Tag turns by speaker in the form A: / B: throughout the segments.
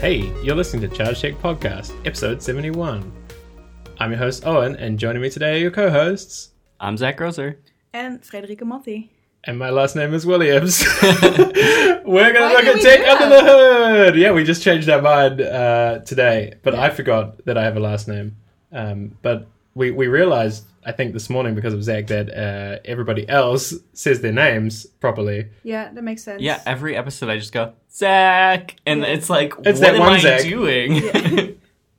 A: Hey, you're listening to Charge Check Podcast, episode 71. I'm your host, Owen, and joining me today are your co hosts.
B: I'm Zach Grosser.
C: And Frederike Motti.
A: And my last name is Williams. We're going to
C: Why
A: look
C: did
A: at
C: we
A: Tech
C: do
A: Under the Hood. Yeah, we just changed our mind uh, today, but I forgot that I have a last name. Um, but we, we realized, I think this morning because of Zach, that uh, everybody else says their names properly.
C: Yeah, that makes sense.
B: Yeah, every episode I just go, Zach! And
C: Yeah.
B: it's like,
A: It's
B: what
A: that
B: am
A: one
B: I
A: Zach.
B: doing?
C: Yeah.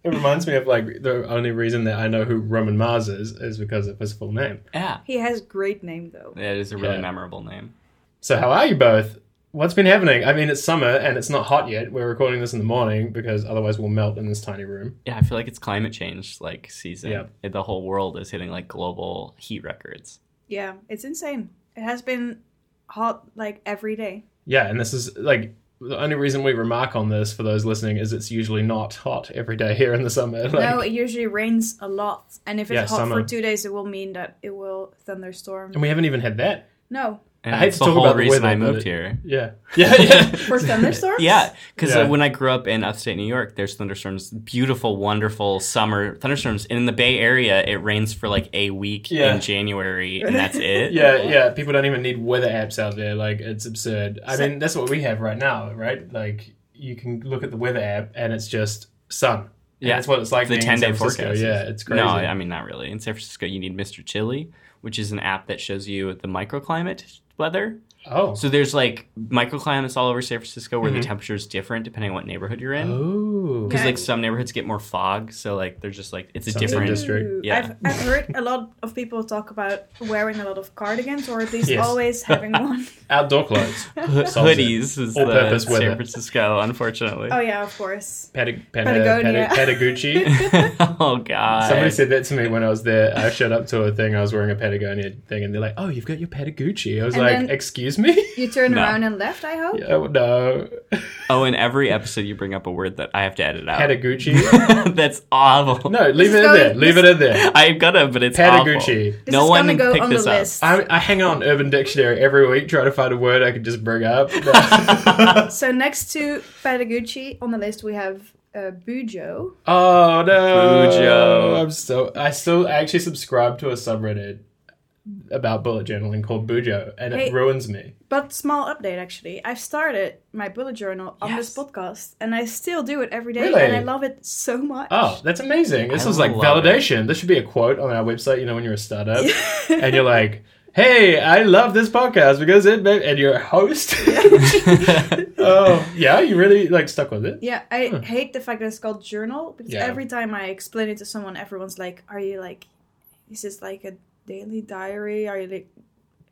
A: It reminds me of like the only reason that I know who Roman Mars is, is because of his full name.
B: yeah.
C: He has great name though.
B: That is a really
A: Yeah.
B: memorable name.
A: So how are you both? What's been happening? I mean, it's summer and it's not hot yet. We're recording this in the morning because otherwise we'll melt in this tiny room.
B: Yeah, I feel like it's climate change like season.
A: Yeah.
B: It- The whole world is hitting like global heat records.
C: Yeah, it's insane. It has been hot like every day.
A: Yeah, and this is like the only reason we remark on this for those listening is it's usually not hot every day here in the summer. Like,
C: no, it usually rains a lot. And if it's
A: Yeah,
C: hot
A: summer.
C: for two days, it will mean that it will thunderstorm.
A: and we haven't even had that.
C: no,
B: And
A: I hate
B: it's
A: to
B: the
A: talk
B: whole
A: about the
B: reason
A: weather,
B: I
A: but
B: moved
A: it-
B: here.
A: Yeah, yeah, yeah.
C: for thunderstorms?
B: Yeah, because
A: Yeah.
B: when I grew up in upstate New York, there's thunderstorms, beautiful, wonderful summer thunderstorms. And in the Bay Area, it rains for like a week
A: Yeah.
B: in January, and that's it.
A: yeah, yeah. People don't even need weather apps out there. Like it's absurd. I mean, that's what we have right now, right? Like you can look at the weather app and it's just sun. And
B: Yeah.
A: that's what it's like.
B: The
A: being in
B: 10-day
A: San Francisco.
B: forecast is-
A: Yeah, it's crazy.
B: No, I mean not really. In San Francisco, you need Mr. Chili, which is an app that shows you the microclimate weather.
A: oh,
B: So there's like microclimates all over San Francisco where the
C: Mm-hmm.
B: temperature is different depending on what neighborhood you're in.
A: oh,
B: Because
C: Yeah.
B: like some neighborhoods get more fog, so like they're just like it's a
A: Sounds like
B: different.
A: this- district.
C: Ooh.
B: Yeah.
C: I've, I've heard a lot of people talk about wearing a lot of cardigans or at least
A: Yes.
C: always having one.
A: outdoor clothes. Solves it.
B: Hoodies is the
A: All-purpose weather.
B: San Francisco, unfortunately.
C: Oh, yeah, of course.
A: Patag- Pat-
C: Patagonia.
A: Patag- Patagucci.
B: oh god.
A: Somebody said that to me when I was there. I showed up to a thing. I was wearing a Patagonia thing, and they're like, "Oh, you've got your Patagucci." I was
C: And
A: like,
C: then-
A: "Excuse me."
C: You turn
B: No.
C: around and left, I hope?
A: Yeah, well, no,
B: oh, in every episode you bring up a word that I have to edit out.
A: Patagucci.
B: That's awful.
A: No, leave it in
C: go-
A: there. Leave it in there.
B: I've got it, but it's
A: Patagucci.
B: awful.
C: This
B: no
C: is
B: one
C: gonna go
B: picked
C: on
B: this
C: the
B: up.
C: list.
A: I, I hang out on Urban Dictionary every week trying to find a word I could just bring up.
C: So next to Patagucci on the list, we have uh, Bujo.
A: oh no!
B: Bujo.
A: I'm so I still I actually subscribe to a subreddit about bullet journaling called Bujo, and
C: Hey.
A: it ruins me.
C: But small update actually. I've started my bullet journal on this
B: Yes.
C: podcast and I still do it every day
A: Really?
C: and I love it so much.
A: Oh, that's amazing! This
B: I
A: is like
B: love it.
A: validation. This should be a quote on our website. You know, when you're a startup and you're like. Hey, I love this podcast because it ma-" and your host. oh, yeah, you really like stuck with it.
C: Yeah, I hate the fact that it's called journal because
A: Hmm. Yeah.
C: every time I explain it to someone, everyone's like, "Are you like, is this like a daily diary? Are you like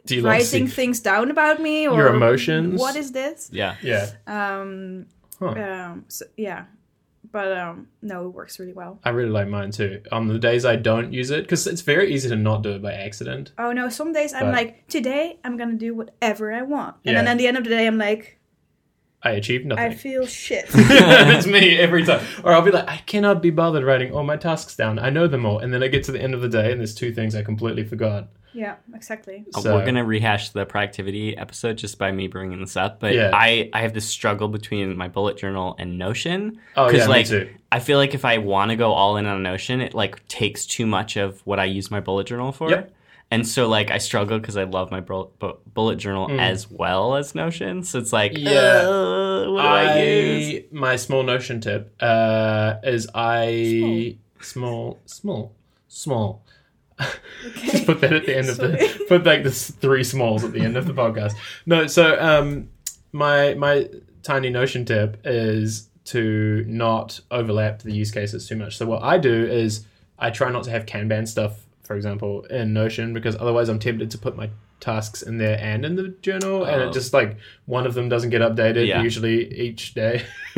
A: Do you like
C: writing
A: see
C: things down about me or
A: your emotions?
C: What is this?"
B: Yeah.
A: yeah?
C: Um,
A: Huh.
C: um, so, yeah, but um, no, it works really well.
A: I really like mine too. On the days I don't use it, because it's very easy to not do it by accident.
C: Oh no, some days I'm
A: But-
C: like, today I'm gonna do whatever I want,
A: Yeah.
C: and then at the end of the day I'm like,
A: I achieve
C: I
A: nothing.
C: feel shit.
A: it's me every time. Or I'll be like, I cannot be bothered writing all my tasks down. I know them all. And then I get to the end of the day and there's two things I completely forgot.
C: yeah, exactly.
B: Uh,
A: So,
B: We're gonna rehash the productivity episode just by me bringing this up, but
A: Yeah.
B: I I have this struggle between my bullet journal and Notion.
A: Oh,
B: 'Cause,
A: yeah, me
B: like,
A: too.
B: I feel like if I want to go all in on Notion, it like takes too much of what I use my bullet journal for,
A: Yep.
B: and so like I struggle because I love my bul- bu- bullet journal as well as Notion. So it's like,
A: Mm. Yeah.
B: uh, what do I,
A: I-
B: use?
A: my small notion tip uh, is I small small small. Just put that at the end of the
C: Sorry.
A: put like the s- three smalls at the end of the podcast. No, so um, my my tiny notion tip is to not overlap the use cases too much. So what I do is I try not to have Kanban stuff, for example, in Notion because otherwise I'm tempted to put my tasks in there and in the journal, and
B: Oh.
A: it just like one of them doesn't get updated
B: Yeah.
A: usually each day.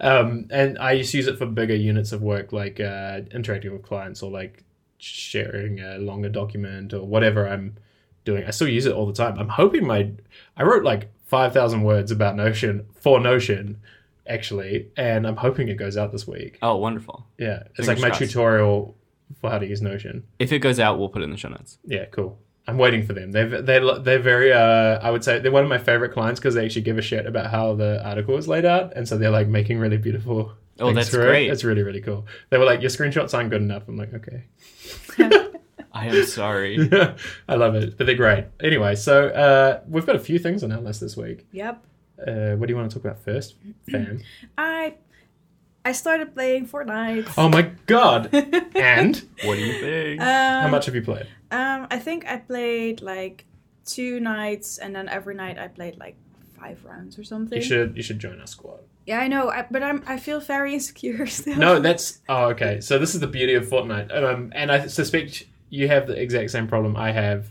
A: um, and I just use it for bigger units of work, like uh, interacting with clients or like sharing a longer document or whatever I'm doing. I still use it all the time. I'm hoping my I wrote like five thousand words about Notion for Notion actually, and I'm hoping it goes out this week.
B: Oh, wonderful!
A: Yeah, it's
B: Fingers
A: like my
B: crossed.
A: tutorial for how to use Notion.
B: If it goes out, we'll put it in the show notes.
A: Yeah, cool. I'm waiting for them. They've, they they're very uh, I would say they're one of my favorite clients because they actually give a shit about how the article is laid out, and so they're like making really beautiful.
B: Oh,
A: things
B: that's
A: for it.
B: great.
A: It's really really cool. They were like, your screenshots aren't good enough. I'm like, okay.
B: I am sorry.
A: I love it, but they're great. Anyway, so uh, we've got a few things on our list this week.
C: Yep.
A: Uh, what do you want to talk about first, fam?
C: I I started playing Fortnite.
A: oh my god! And
B: what do you think?
A: how
C: Um,
A: much have you played?
C: Um, I think I played like two nights, and then every night I played like five rounds or something.
A: You should you should join our squad.
C: Yeah, I know, I, but I'm I feel very insecure still.
A: No, that's oh okay. So this is the beauty of Fortnite, um, and I suspect you have the exact same problem I have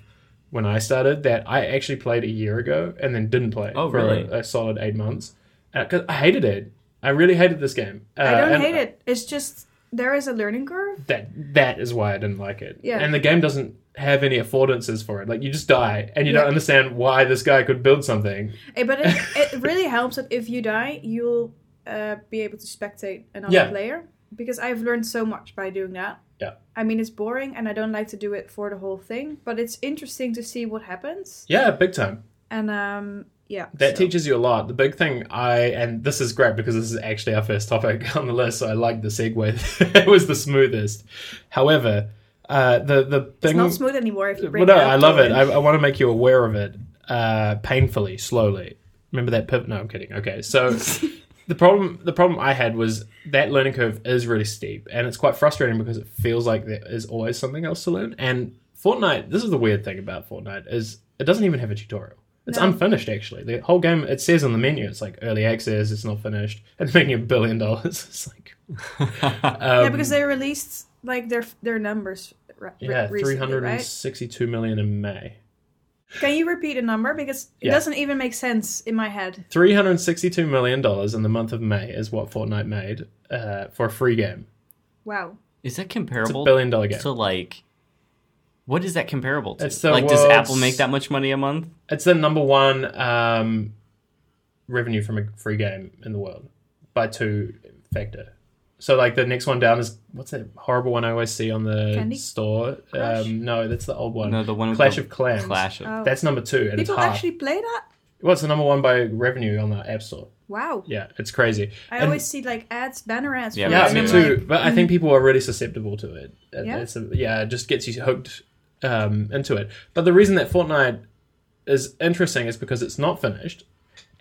A: when I started. That I actually played a year ago and then didn't play
B: Oh,
A: for
B: really?
A: a, a solid eight months because I hated it. I really hated this game. Uh,
C: I don't
A: and
C: hate it. It's just there is a learning curve.
A: That that is why I didn't like it.
C: Yeah.
A: and the game doesn't have any affordances for it. Like you just die, and you
C: Yeah.
A: don't understand why this guy could build something.
C: Eh, But it, it really helps that if you die, you'll uh, be able to spectate another
A: Yeah.
C: player because I've learned so much by doing that.
A: Yeah.
C: I mean, it's boring, and I don't like to do it for the whole thing, but it's interesting to see what happens.
A: Yeah, big time.
C: And um, yeah,
A: That
C: so-
A: teaches you a lot. The big thing I and this is great because this is actually our first topic on the list, so I like the segue. it was the smoothest. However, uh, the the
C: It's
A: thing.
C: not smooth anymore. If you
A: well,
C: bring
A: no,
C: it up
A: I love
C: to
A: it. I, I want to make you aware of it uh, painfully, slowly. Remember that pivot? No, I'm kidding. Okay, so the problem the problem I had was that learning curve is really steep, and it's quite frustrating because it feels like there is always something else to learn. And Fortnite, this is the weird thing about Fortnite is it doesn't even have a tutorial. It's
C: No.
A: unfinished, actually. The whole game it says on the menu, it's like early access, it's not finished, it's making a billion dollars. It's like um,
C: yeah, because they released like their their numbers. Re-
A: yeah, three
C: recently,
A: hundred and
C: right?
A: sixty-two million in May.
C: Can you repeat a number because it
A: Yeah.
C: doesn't even make sense in my head.
A: Three hundred sixty-two million dollars in the month of May is what Fortnite made uh, for a free game.
C: Wow.
B: Is
A: It's a
B: that comparable
A: billion-dollar game.
B: to like? What is that comparable to?
A: It's the
B: like, does
A: world's-
B: Apple make that much money a month?
A: It's the number one um, revenue from a free game in the world by two factor. So like the next one down is what's that horrible one I always see on the
C: Candy
A: store?
C: Crush?
A: Um, no, that's the old one.
B: No, the one with
A: Clash
B: the
A: of Clans.
B: Clash of.
C: Oh.
A: That's number two, and it's
C: People
A: half.
C: actually play that?
A: Well, it's the number one by revenue on the App Store.
C: Wow.
A: Yeah, it's crazy.
C: I
A: And-
C: always see like ads, banner ads.
B: Yeah,
C: for
A: yeah,
C: it,
A: me
C: and
B: I've
A: too.
B: seen
C: I'm like,
A: but I think people are really susceptible to it. And
C: Yeah?
A: it's a- yeah, it just gets you hooked um, into it. But the reason that Fortnite is interesting is because it's not finished,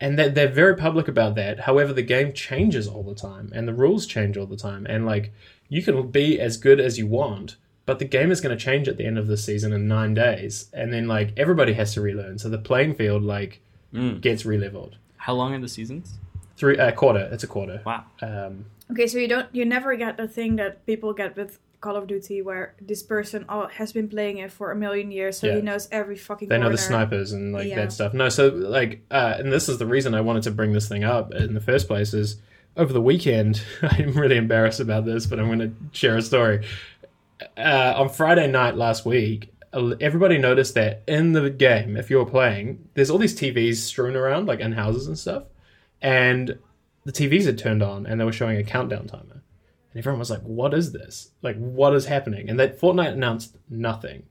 A: and that they're very public about that. However, the game changes all the time, and the rules change all the time, and like you can be as good as you want. But the game is going to change at the end of the season in nine days, and then like everybody has to relearn. So the playing field like
B: Mm.
A: gets releveled.
B: How long are the seasons?
A: Three a quarter, it's a quarter.
B: Wow.
A: Um,
C: okay, so you don't, you never get the thing that people get with Call of Duty, where this person all, has been playing it for a million years, so
A: Yeah.
C: he knows every fucking.
A: they know the
C: corner.
A: snipers and like
C: Yeah.
A: that stuff no so like uh, and this is the reason i wanted to bring this thing up in the first place is over the weekend i'm really embarrassed about this but i'm going to share a story uh, on friday night last week el- everybody noticed that in the game if you're playing there's all these tvs strewn around like in houses and stuff and the tvs had turned on and they were showing a countdown timer and everyone was like what is this like what is happening and that fortnite announced nothing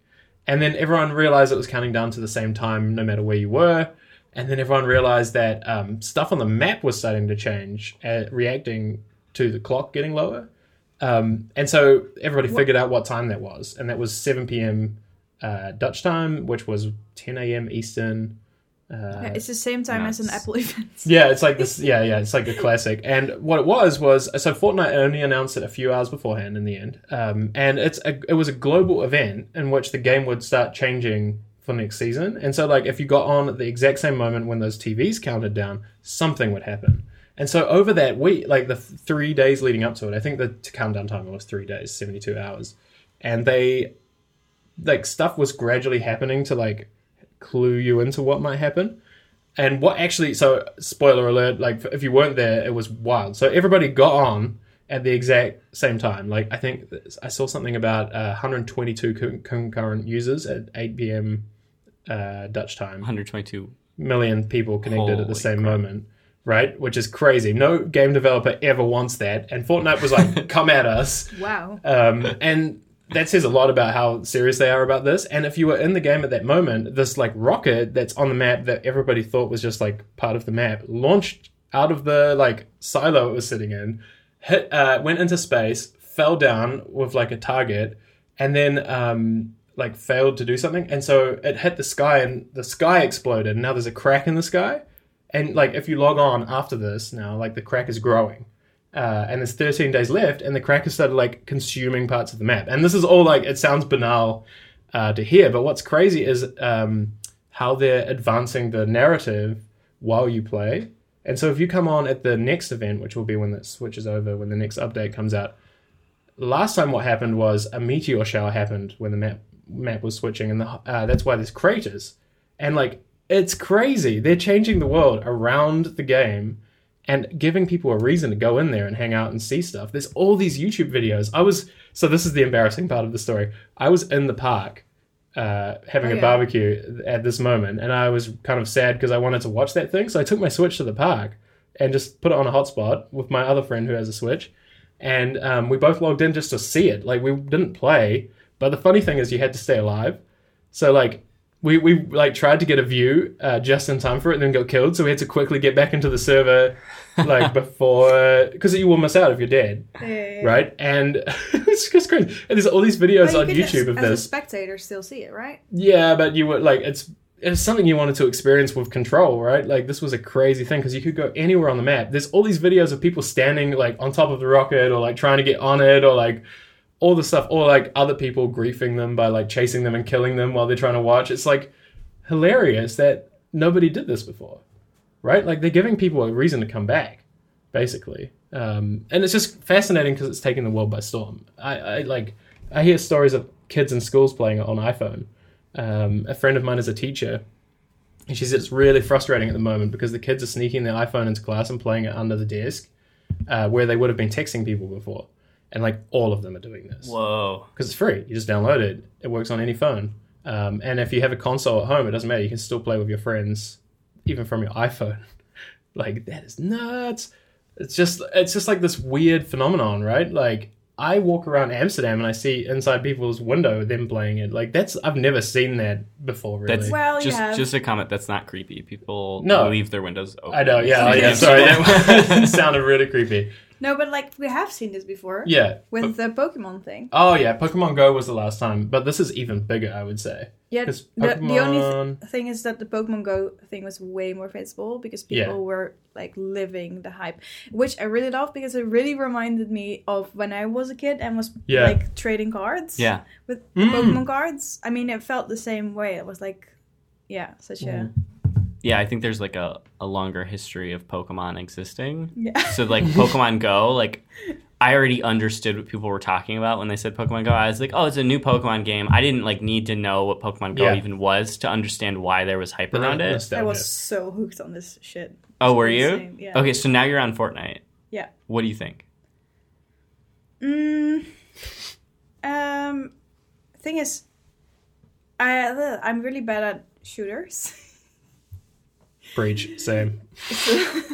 A: and then everyone realized it was counting down to the same time, no matter where you were. And then everyone realized that um, stuff on the map was starting to change, uh, reacting to the clock getting lower. Um, and so everybody figured out what time that was. And that was 7 p.m. Uh, Dutch time, which was 10 a.m. Eastern. Uh,
C: Yeah, it's the same time as an
B: Nuts.
C: Apple event.
A: yeah, it's like this. Yeah, yeah, it's like a classic. And what it was was so Fortnite only announced it a few hours beforehand. In the end, um, and it's a, it was a global event in which the game would start changing for next season. And so, like, if you got on at the exact same moment when those TVs counted down, something would happen. And so over that week, like the th- three days leading up to it, I think the countdown timer was three days, seventy-two hours, and they like stuff was gradually happening to like clue you into what might happen. And what actually, so spoiler alert, like if you weren't there, it was wild. So everybody got on at the exact same time. Like I think th- I saw something about uh, 122 con- concurrent users at 8 p.m. Uh, Dutch time
B: 122.
A: million people connected at the
B: Holy
A: same moment, right? Which is crazy. No game developer ever wants that. And Fortnite was like, come at us.
C: Wow.
A: Um, and that says a lot about how serious they are about this. And if you were in the game at that moment, this like rocket that's on the map that everybody thought was just like part of the map launched out of the like silo it was sitting in, hit, uh, went into space, fell down with like a target, and then um, like failed to do something. And so it hit the sky, and the sky exploded. And now there's a crack in the sky. And like if you log on after this now, like the crack is growing uh, and there's 13 days left, and the crackers started like consuming parts of the map. And this is all like it sounds banal uh, to hear, but what's crazy is um, how they're advancing the narrative while you play. And so if you come on at the next event, which will be when that switches over, when the next update comes out, last time what happened was a meteor shower happened when the map map was switching, and the, uh, that's why there's craters. And like it's crazy, they're changing the world around the game and giving people a reason to go in there and hang out and see stuff. There's all these YouTube videos. I was so this is the embarrassing part of the story. I was in the park uh, having
C: Oh,
A: a
C: yeah.
A: barbecue at this moment, and I was kind of sad because I wanted to watch that thing. So I took my Switch to the park and just put it on a hotspot with my other friend who has a Switch, and um, we both logged in just to see it. Like we didn't play, but the funny thing is you had to stay alive. So like we, we like tried to get a view uh, just in time for it and then got killed so we had to quickly get back into the server like before because you will miss out if you're dead
C: Yeah, yeah, yeah.
A: right and it's just crazy and there's all these
C: But
A: videos
C: you
A: on
C: could
A: youtube
C: as,
A: of
C: as a
A: this
C: spectator still see it, right?
A: yeah but you were like it's it's something you wanted to experience with control right like this was a crazy thing because you could go anywhere on the map there's all these videos of people standing like on top of the rocket or like trying to get on it or like all the stuff or like other people griefing them by like chasing them and killing them while they're trying to watch it's like hilarious that nobody did this before right like they're giving people a reason to come back basically um, and it's just fascinating because it's taking the world by storm I, I like i hear stories of kids in schools playing it on iphone um, a friend of mine is a teacher and she said it's really frustrating at the moment because the kids are sneaking their iphone into class and playing it under the desk uh, where they would have been texting people before and like all of them are doing this
B: Whoa.
A: because it's free. You just download it. It works on any phone. Um, and if you have a console at home, it doesn't matter. You can still play with your friends, even from your iPhone. like that is nuts. It's just it's just like this weird phenomenon, right? Like I walk around Amsterdam and I see inside people's window them playing it. Like that's I've never seen that before. Really,
B: That's
C: Well,
B: just
C: yeah.
B: just a comment. That's not creepy. People
A: No.
B: leave their windows open.
A: I know. Yeah, oh, yeah.
B: Sometimes.
A: Sorry, that sounded really creepy.
C: No, but like we have seen this before
A: Yeah.
C: with the Pokemon thing.
A: Oh yeah, Pokemon Go was the last time, but this is even bigger, I would say.
C: Yeah, the,
A: 'Cause
C: the only th-
A: Pokemon-
C: thing is that the Pokemon Go thing was way more visible because
A: Yeah.
C: people were like living the hype, which I really love because it really reminded me of when I was a kid and was
A: Yeah.
C: like trading cards.
B: Yeah.
C: with
A: Mm.
C: Pokemon cards. I mean, it felt the same way. It was like, yeah, such a
B: Mm. Yeah, I think there's like a, a longer history of Pokemon existing.
C: yeah.
B: So like Pokemon Go, like I already understood what people were talking about when they said Pokemon Go. I was like, oh, it's a new Pokemon game. I didn't like need to know what Pokemon Go
A: Yeah.
B: even was to understand why there was hype around it.
C: I
A: Nostalgia.
C: was so hooked on this shit.
B: Oh, were
C: It's
B: you?
C: insane, Yeah.
B: Okay, so now you're on Fortnite.
C: Yeah.
B: What do you think?
C: Mm, um, thing is, I uh, I'm really bad at shooters,
A: Breach. Same.
C: so,
A: So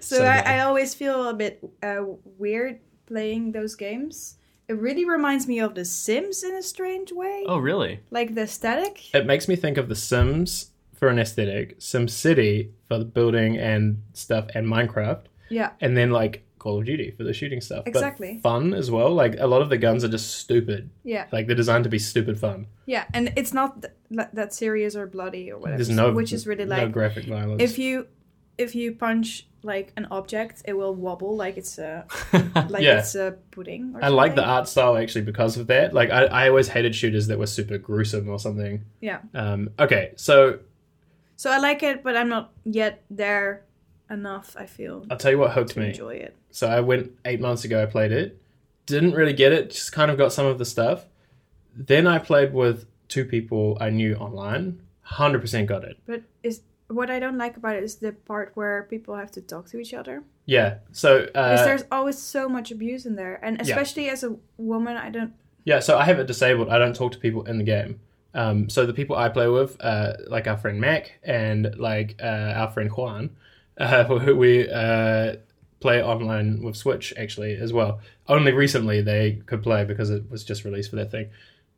C: so I,
A: bad.
C: I always feel a bit uh, weird playing those games. It really reminds me of The Sims in a strange way,
B: Oh, really?
C: like the static.
A: it makes me think of The Sims for an aesthetic, SimCity for the building and stuff, and Minecraft,
C: Yeah,
A: and then like Call of Duty for the shooting stuff. But
C: Exactly.
A: fun as well. Like a lot of the guns are just stupid.
C: yeah,
A: Like they're designed to be stupid fun.
C: yeah, and it's not th- like that serious or bloody or whatever,
A: There's no
C: which is really
A: no
C: like
A: graphic violence.
C: if you if you punch like an object, it will wobble like it's a like
A: Yeah.
C: it's a pudding. Or
A: I like the
C: something.
A: art style actually because of that. Like I, I always hated shooters that were super gruesome or something.
C: Yeah.
A: Um, okay, so
C: So I like it, but I'm not yet there enough. I feel
A: I'll tell you what hooked
C: to
A: Oh, me.
C: enjoy it.
A: So I went eight months ago. I played it, didn't really get it. Just kind of got some of the stuff. Then I played with two people I knew online. Hundred percent got it.
C: But is what I don't like about it is the part where people have to talk to each other
A: Yeah. So
C: because
A: uh,
C: there's always so much abuse in there, and especially as a woman, I don't.
A: yeah. So I have it disabled. I don't talk to people in the game. Um, so the people I play with, uh, like our friend Mac and like uh, our friend Juan, uh, who we uh, play online with Switch actually as well. Only recently they could play because it was just released for that thing.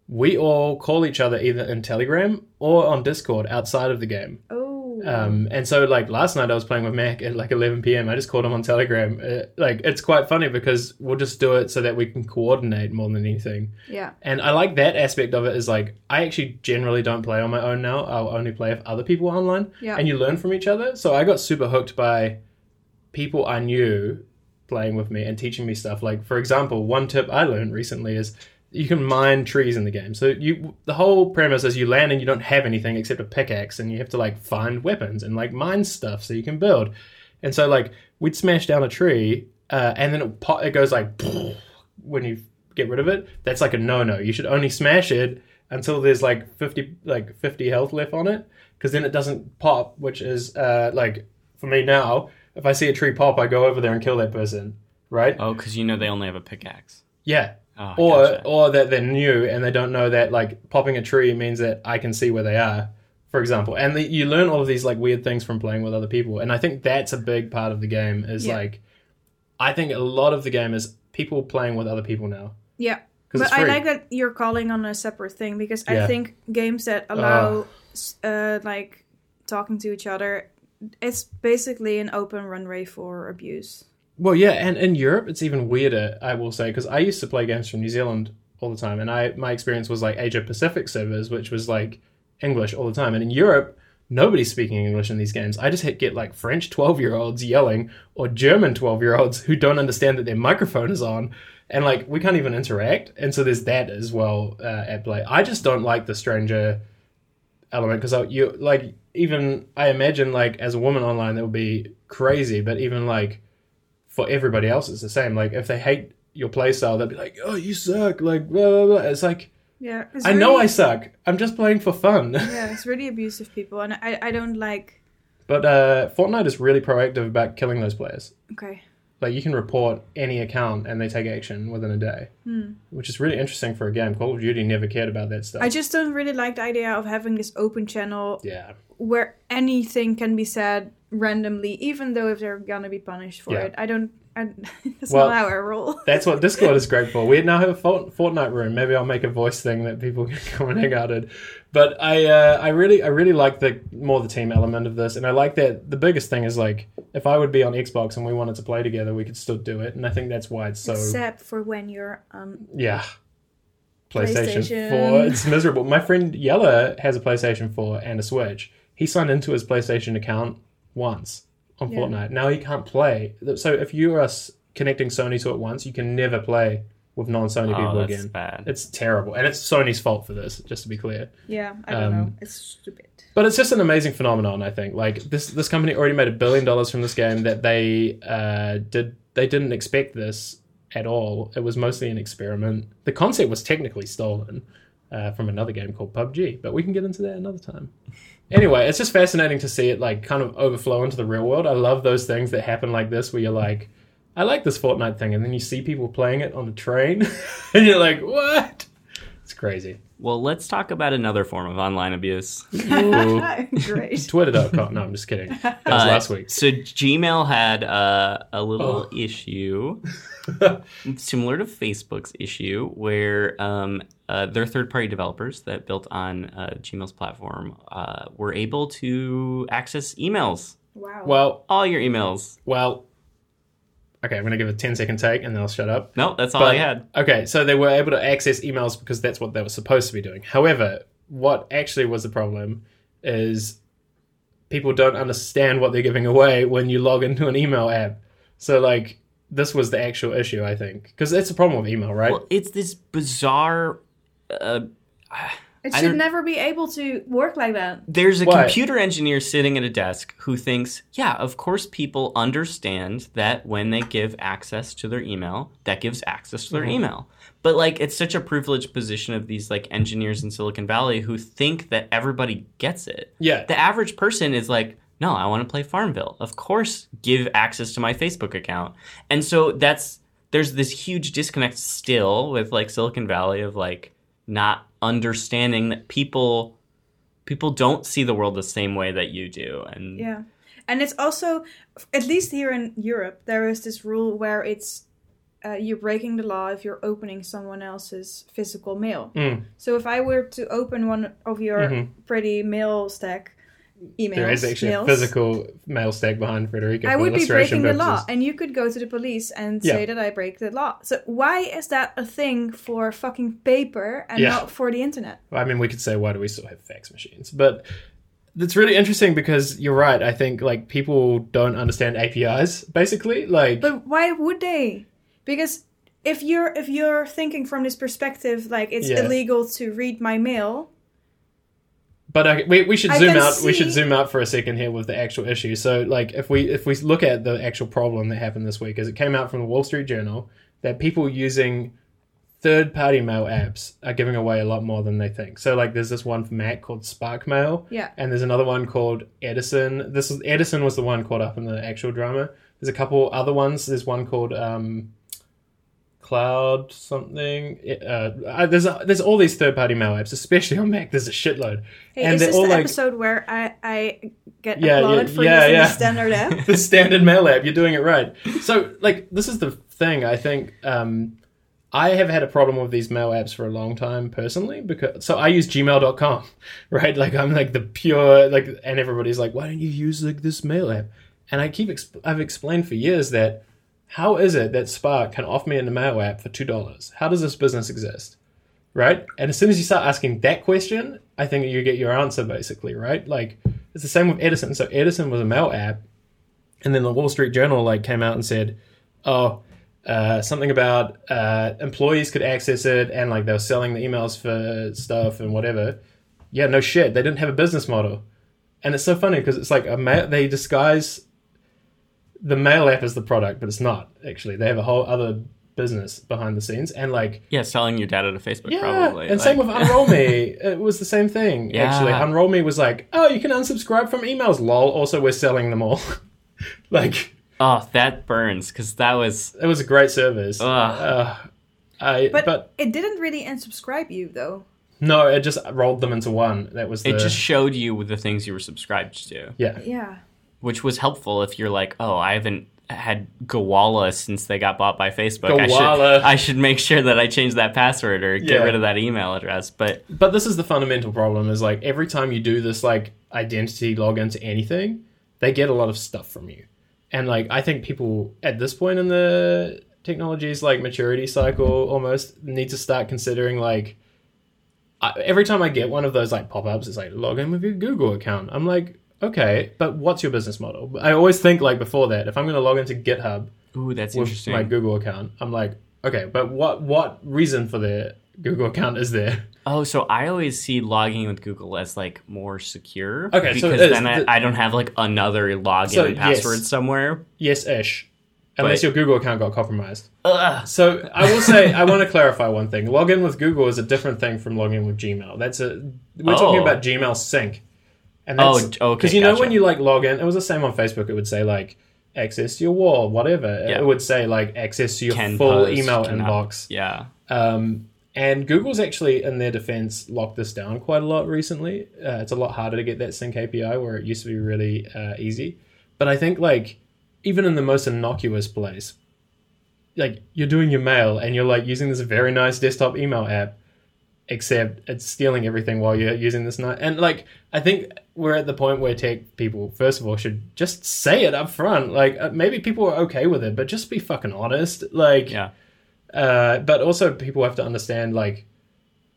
A: We all call each other either in Telegram or on Discord outside of the game.
C: Oh.
A: Um, and so like last night I was playing with Mac at like 11 p.m. I just called him on Telegram. Uh, like it's quite funny because we'll just do it so that we can coordinate more than anything.
C: yeah.
A: And I like that aspect of it is like I actually generally don't play on my own now. I'll only play if other people are online.
C: Yeah.
A: And you learn from each other. So I got super hooked by people I knew playing with me and teaching me stuff. Like for example, one tip I learned recently is you can mine trees in the game. So you the whole premise is you land and you don't have anything except a pickaxe and you have to like find weapons and like mine stuff so you can build. And so like we'd smash down a tree uh, and then it, po- it goes like when you get rid of it. That's like a no no. You should only smash it until there's like fifty like fifty health left on it because then it doesn't pop. Which is uh, like for me now, if I see a tree pop, I go over there and kill that person. Right?
B: Oh, because you know they only have a pickaxe.
A: Yeah
B: Oh,
A: or
B: gotcha.
A: or that they're new and they don't know that like popping a tree means that I can see where they are, for example. And the, you learn all of these like weird things from playing with other people, and I think that's a big part of the game. Is
C: Yeah.
A: like, I think a lot of the game is people playing with other people now
C: Yeah.
A: because
C: But
A: it's
C: I
A: free.
C: like that you're calling on a separate thing because I
A: Yeah. Uh.
C: think games that allow s uh, like talking to each other, it's basically an open runway for abuse.
A: Well, yeah, and in Europe it's even weirder, I will say, because I used to play games from New Zealand all the time, and I my experience was like Asia Pacific servers, which was like English all the time, and in Europe nobody's speaking English in these games. I just hit, get like French twelve year olds yelling or German twelve year olds who don't understand that their microphone is on, and like we can't even interact, and so there's that as well uh, at play. I just don't like the stranger element because you like even I imagine like as a woman online that would be crazy, but even like for everybody else it's the same. Like if they hate your playstyle, they'll be like, "Oh, you suck!" Like blah blah blah. It's like
C: Yeah. It's
A: I know I
C: really-
A: suck. I'm just playing for fun.
C: Yeah, it's really abusive people, and I I don't like.
A: but uh, Fortnite is really proactive about killing those players.
C: Okay.
A: Like you can report any account and they take action within a day,
C: Hmm.
A: which is really interesting for a game. Call of Duty never cared about that stuff.
C: I just don't really like the idea of having this open channel
A: yeah,
C: where anything can be said randomly, even though if they're gonna be punished for
A: Yeah.
C: it. I don't. I, that's
A: Well-
C: not our rule.
A: that's what Discord is great for. We now have a Fort- Fortnite room. Maybe I'll make a voice thing that people can come and hang out in. But I, uh, I really, I really like the more the team element of this, and I like that the biggest thing is like if I would be on Xbox and we wanted to play together, we could still do it, and I think that's why it's so
C: Except for when you're um
A: yeah. PlayStation,
C: PlayStation.
A: 4. It's miserable. My friend Yella has a PlayStation 4 and a Switch. He signed into his PlayStation account once on
C: Yeah.
A: Fortnite. Now he can't play. So if you are s- connecting Sony to it once, you can never play with non Sony
B: Oh,
A: people
B: that's
A: again.
B: bad.
A: It's terrible. And it's Sony's fault for this, just to be clear.
C: yeah I don't
A: Um,
C: know it's stupid.
A: But it's just an amazing phenomenon, I think. Like this, this company already made a billion dollars from this game that they uh, did. They didn't expect this at all. It was mostly an experiment. The concept was technically stolen uh, from another game called PUBG, but we can get into that another time. Anyway, it's just fascinating to see it like kind of overflow into the real world. I love those things that happen like this, where you're like, "I like this Fortnite thing," and then you see people playing it on a train, and you're like, "What?" It's crazy.
B: Well, let's talk about another form of online abuse.
A: Ooh.
C: Great.
A: Twitter.com. No, I'm just kidding. That was
B: Uh,
A: last week. Oh.
B: So Gmail had uh, a little issue similar to Facebook's issue, where um, uh, their third-party developers that built on uh, Gmail's platform uh, were able to access emails,
C: Wow.
A: Well,
B: all your emails.
A: well. Okay, I'm going to give a 10 second take and then I'll shut up.
B: No, that's all I had.
A: Okay, so they were able to access emails because that's what they were supposed to be doing. However, what actually was the problem is people don't understand what they're giving away when you log into an email app. So, like, this was the actual issue, I think. Because that's the problem with email, right?
B: Well, it's this bizarre. Uh,
C: it
B: I
C: should
B: don't-
C: never be able to work like that.
B: There's a
A: Why?
B: computer engineer sitting at a desk who thinks, yeah, of course people understand that when they give access to their email, that gives access to their email. But like it's such a privileged position of these like engineers in Silicon Valley who think that everybody gets it.
A: yeah.
B: The average person is like, no, I want to play Farmville. Of course, give access to my Facebook account. And so that's there's this huge disconnect still with like Silicon Valley of like not understanding that people people don't see the world the same way that you do and
C: Yeah. Mm. And it's also, at least here in Europe, there is this rule where it's uh, you're breaking the law if you're opening someone else's physical mail.
A: Mm.
C: So if I were to open one of your
A: Mhm.
C: pretty mail stack emails,
A: There is actually
C: mails,
A: a physical mail stack behind Frederica.
C: I
A: for
C: would be
A: illustration
C: breaking the law,
A: purposes.
C: and you could go to the police and
A: Yeah.
C: say that I break the law. So why is that a thing for fucking paper and
A: Yeah.
C: not for the internet?
A: I mean, we could say, why do we still have fax machines? But it's really interesting because you're right. I think like people don't understand APIs basically. Like,
C: But why would they? Because if you're if you're thinking from this perspective, like it's
A: Yeah.
C: illegal to read my mail.
A: but okay, we, we should
C: I
A: zoom
C: can
A: out. We
C: see-
A: should zoom out for a second here with the actual issue. So like, if we if we look at the actual problem that happened this week, is it came out from the Wall Street Journal that people using third party mail apps are giving away a lot more than they think. So like, there's this one for Mac called Spark Mail.
C: Yeah.
A: and there's another one called Edison. This is Edison was the one caught up in the actual drama. There's a couple other ones. There's one called um, Cloud something. It- Uh, uh, there's a, there's all these third party mail apps, especially on Mac. There's a shitload,
C: Hey,
A: and
C: is
A: they're
C: this
A: all
C: the
A: like
C: episode where I I get
A: Yeah,
C: applauded
A: yeah,
C: for
A: yeah,
C: using
A: yeah.
C: the standard app?
A: the standard mail app. You're doing it right. So like this is the thing. I think um, I have had a problem with these mail apps for a long time personally because so I use gmail.com, right? Like I'm like the pure like and everybody's like why don't you use like this mail app? And I keep exp- I've explained for years that how is it that Spark can offer me a mail app for $2? How does this business exist? Right? And as soon as you start asking that question, I think you get your answer basically, right? Like it's the same with Edison. So Edison was a mail app and then the Wall Street Journal like came out and said, "Oh, uh, something about uh, employees could access it, and like they were selling the emails for stuff and whatever." Yeah, no shit, they didn't have a business model, and it's so funny because it's like a ma- they disguise the mail app as the product, but it's not actually. They have a whole other business behind the scenes, and like
B: Yeah, selling your data to Facebook
A: yeah,
B: probably.
A: and
B: like-
A: same with Unroll Me. It was the same thing
B: Yeah.
A: actually. Unroll Me was like, "Oh, you can unsubscribe from emails." Lol. Also, we're selling them all. like.
B: oh, that burns because that was
A: It was a great service.
B: Ugh.
A: Uh, I, but,
C: But, it didn't really unsubscribe you though.
A: no, it just rolled them into one. That was the
B: it. Just showed you the things you were subscribed to,
A: yeah.
C: Yeah.
B: which was helpful if you're like, oh, I haven't had Gowalla since they got bought by Facebook. I
A: Gowalla.
B: should, I should make sure that I change that password or
A: Yeah.
B: get rid of that email address. But
A: But this is the fundamental problem: is like every time you do this like identity login to anything, they get a lot of stuff from you, and like I think people at this point in the technology's like maturity cycle almost need to start considering like. I, every time I get one of those like pop ups, it's like log in with your Google account. I'm like, okay, but what's your business model? I always think like before that, if I'm going to log into GitHub,
B: ooh, that's
A: with
B: interesting.
A: my Google account. I'm like, okay, but what what reason for the Google account is there?
B: Oh, so I always see logging in with Google as like more secure.
A: Okay,
B: because
A: so it is.
B: then I,
A: The-
B: I don't have like another login
A: So,
B: and password
A: yes.
B: somewhere.
A: Yes, ish. Unless
B: But-
A: your Google account got compromised.
B: Ugh.
A: So I will say I want to clarify one thing. Login with Google is a different thing from login with Gmail. That's a we're talking
B: Oh.
A: about Gmail sync. And
B: Oh,
A: that's,
B: j- okay,
A: Because you know
B: gotcha.
A: when you like log in, it was the same on Facebook. It would say like access to your wall, whatever.
B: Yeah.
A: It would say like access to your
B: Can
A: full
B: post,
A: email
B: cannot-
A: inbox.
B: Yeah.
A: Um, and Google's actually, in their defense, locked this down quite a lot recently. Uh, it's a lot harder to get that sync API where it used to be really uh, easy. But I think, like, even in the most innocuous place, like, you're doing your mail and you're, like, using this very nice desktop email app, except it's stealing everything while you're using this. Ni- and, like, I think we're at the point where tech people, first of all, should just say it up front. Like, uh, maybe people are okay with it, but just be fucking honest. Like,
B: Yeah.
A: uh, but also people have to understand like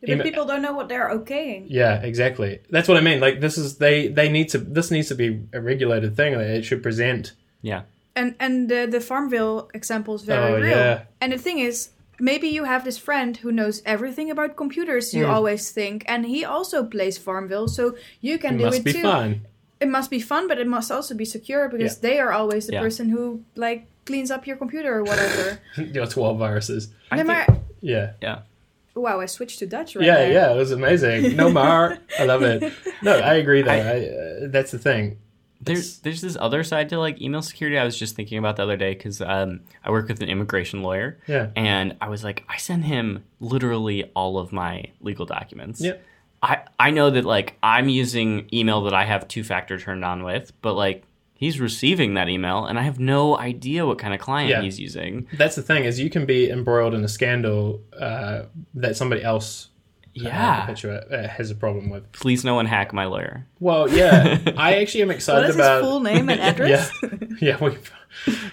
C: But
A: Email-
C: people don't know what they're okaying.
A: yeah exactly that's what i mean like this is they they need to this needs to be a regulated thing that it should present
B: Yeah.
C: and and the, the farmville example is very
A: Oh,
C: real
A: yeah.
C: and the thing is maybe you have this friend who knows everything about computers you
A: Mm.
C: always think and he also plays farmville so you can
A: it
C: do
A: must
C: it
A: be
C: too
A: fun
C: it must be fun but it must also be secure because they are always the
B: Yeah.
C: person who like cleans up your computer or whatever
A: your 12 viruses
B: I
C: no,
B: think-
C: maar-
A: yeah
B: yeah.
C: wow i switched to dutch right
A: yeah
C: there.
A: yeah it was amazing no more i love it no i agree though I, uh, that's the thing
B: There's there's this other side to like email security. I was just thinking about the other day because um, I work with an immigration lawyer,
A: Yeah.
B: and I was like, I send him literally all of my legal documents.
A: Yep.
B: I I know that like I'm using email that I have two factor turned on with, but like. he he's receiving that email and I have no idea what kind of client
A: Yeah.
B: he's using.
A: That's the thing is you can be embroiled in a scandal uh, that somebody else uh,
B: Yeah.
A: perpetua- uh, has a problem with.
B: Please no one hack my lawyer.
A: Well, yeah, I actually am
C: What
A: excited
C: is his
A: about
C: full name and address?
A: yeah, we,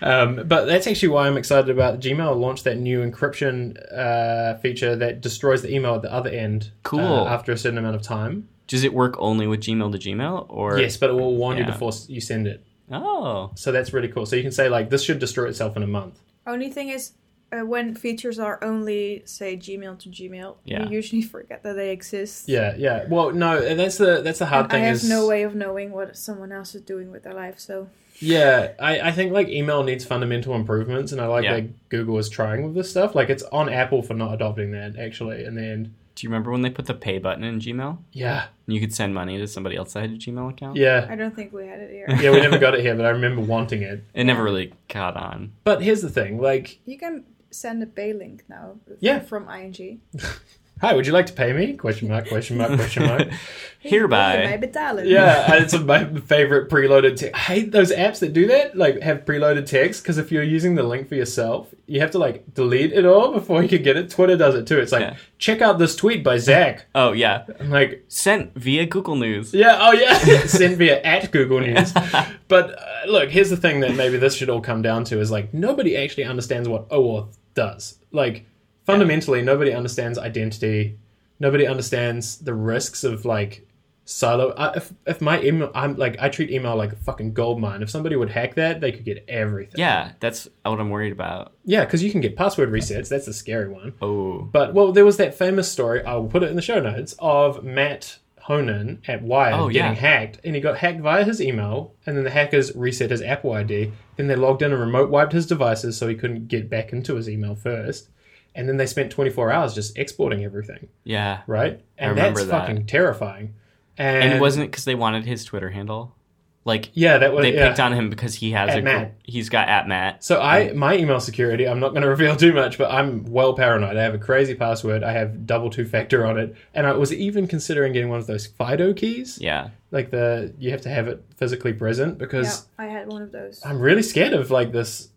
A: um, but that's actually why I'm excited about Gmail launched that new encryption uh, feature that destroys the email at the other end.
B: Cool.
A: uh, after a certain amount of time.
B: Does it work only with Gmail to Gmail or
A: yes, but it will warn you
B: yeah.
A: before s- you send it.
B: Oh.
A: So that's really cool. So you can say like, this should destroy itself in a month.
C: Only thing is, uh, when features are only say Gmail to Gmail,
B: Yeah.
C: you usually forget that they exist.
A: Yeah, yeah. Well, no, uh, that's the that's the hard
C: And I
A: thing.
C: have
A: is,
C: no way of knowing what someone else is doing with their life, so
A: Yeah, I, I think like email needs fundamental improvements, and I like
B: Yeah.
A: that Google is trying with this stuff. Like it's on Apple for not adopting that actually in the end.
B: Do you remember when they put the pay button in Gmail?
A: Yeah,
B: You could send money to somebody else that had a Gmail account.
A: yeah,
C: I don't think we had it here.
A: yeah. We never got it here, but I remember wanting it.
B: It never really caught on.
A: But here's the thing, like,
C: You can send a pay link now.
A: Yeah.
C: From ING.
A: hi, would you like to pay me? Question mark, question mark, question mark.
C: Mij
B: Hereby.
C: betalen.
A: yeah, it's my favorite preloaded text. I hate those apps that do that, like have preloaded text, because if you're using the link for yourself, you have to like delete it all before you can get it. Twitter does it too. It's like,
B: Yeah.
A: check out this tweet by Zach.
B: Oh yeah.
A: I'm like,
B: Sent via Google News.
A: Yeah, oh yeah, send via at Google News. But uh, look, here's the thing that maybe this should all come down to is like nobody actually understands what OAuth does. Like fundamentally, nobody understands identity. Nobody understands the risks of like silo. I, if if my email, I'm like I treat email like a fucking gold mine. If somebody would hack that, they could get everything.
B: Yeah, that's what I'm worried about.
A: Yeah, because you can get password resets. That's the scary one.
B: Oh.
A: But well, there was that famous story. I'll put it in the show notes of Matt Honan at Wired
B: Oh,
A: getting
B: yeah.
A: hacked, and he got hacked via his email, and then the hackers reset his Apple ID. Then they logged in and remote wiped his devices so he couldn't get back into his email first. And then they spent 24 hours just exporting everything,
B: Yeah.
A: right? And
B: remember
A: that's
B: that.
A: fucking terrifying. And,
B: And it wasn't because they wanted his Twitter handle. Like
A: yeah, that was
B: they
A: yeah.
B: picked on him because he has
A: At
B: a
A: Matt.
B: he's got at Matt.
A: So I my email security, I'm not going to reveal too much, but I'm well paranoid. I have a crazy password. I have double two factor on it, and I was even considering getting one of those Fido keys,
B: Yeah.
A: like the you have to have it physically present
C: Yeah,
A: because
C: I had one of those.
A: I'm really scared of like this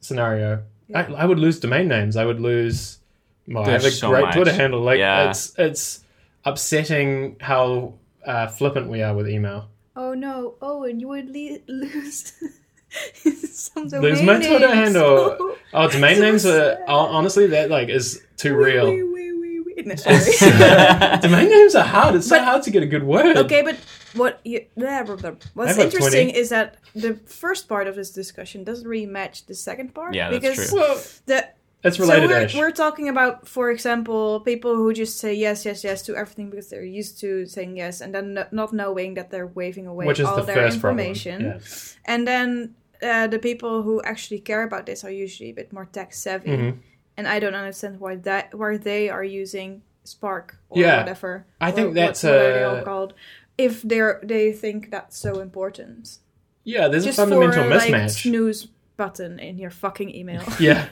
A: scenario. I, I would lose domain names. I would lose. Well, I have a
B: There's so
A: great
B: much.
A: Twitter handle. Like
B: Yeah.
A: it's it's upsetting how uh, flippant we are with email.
C: Oh no, Owen, you would le- lose some domain
A: Lose my Twitter
C: names.
A: handle. Oh, domain
C: So
A: names are
C: sad.
A: hon- honestly that like is too
C: Wee,
A: real.
C: wee, wee, wee, wee. No, sorry.
A: domain names are hard. It's so
C: But-
A: hard to get a good word.
C: okay, but what you, blah, blah, blah.
A: I've
C: what's
A: got
C: interesting
A: 20.
C: is that the first part of this discussion doesn't really match the second part.
B: Yeah, that's
C: because
B: true.
A: Well,
C: The,
A: it's
C: so
A: related.
C: we're,
A: Ash.
C: we're talking about, for example, people who just say yes, yes, yes to everything because they're used to saying yes, and then no- not knowing that they're waving away
A: Which is
C: all
A: the
C: their
A: first problem.
C: information.
A: Yeah.
C: And then uh, the people who actually care about this are usually a bit more tech savvy,
A: Mhm.
C: and I don't understand why that why they are using Spark or
A: Yeah.
C: whatever.
A: I
C: or
A: think
C: what-
A: that's,
C: what are they all
A: uh,
C: called. If they're they think that's so important,
A: Yeah, there's
C: just
A: a fundamental
C: for like
A: mismatch.
C: snooze button in your fucking email.
A: yeah.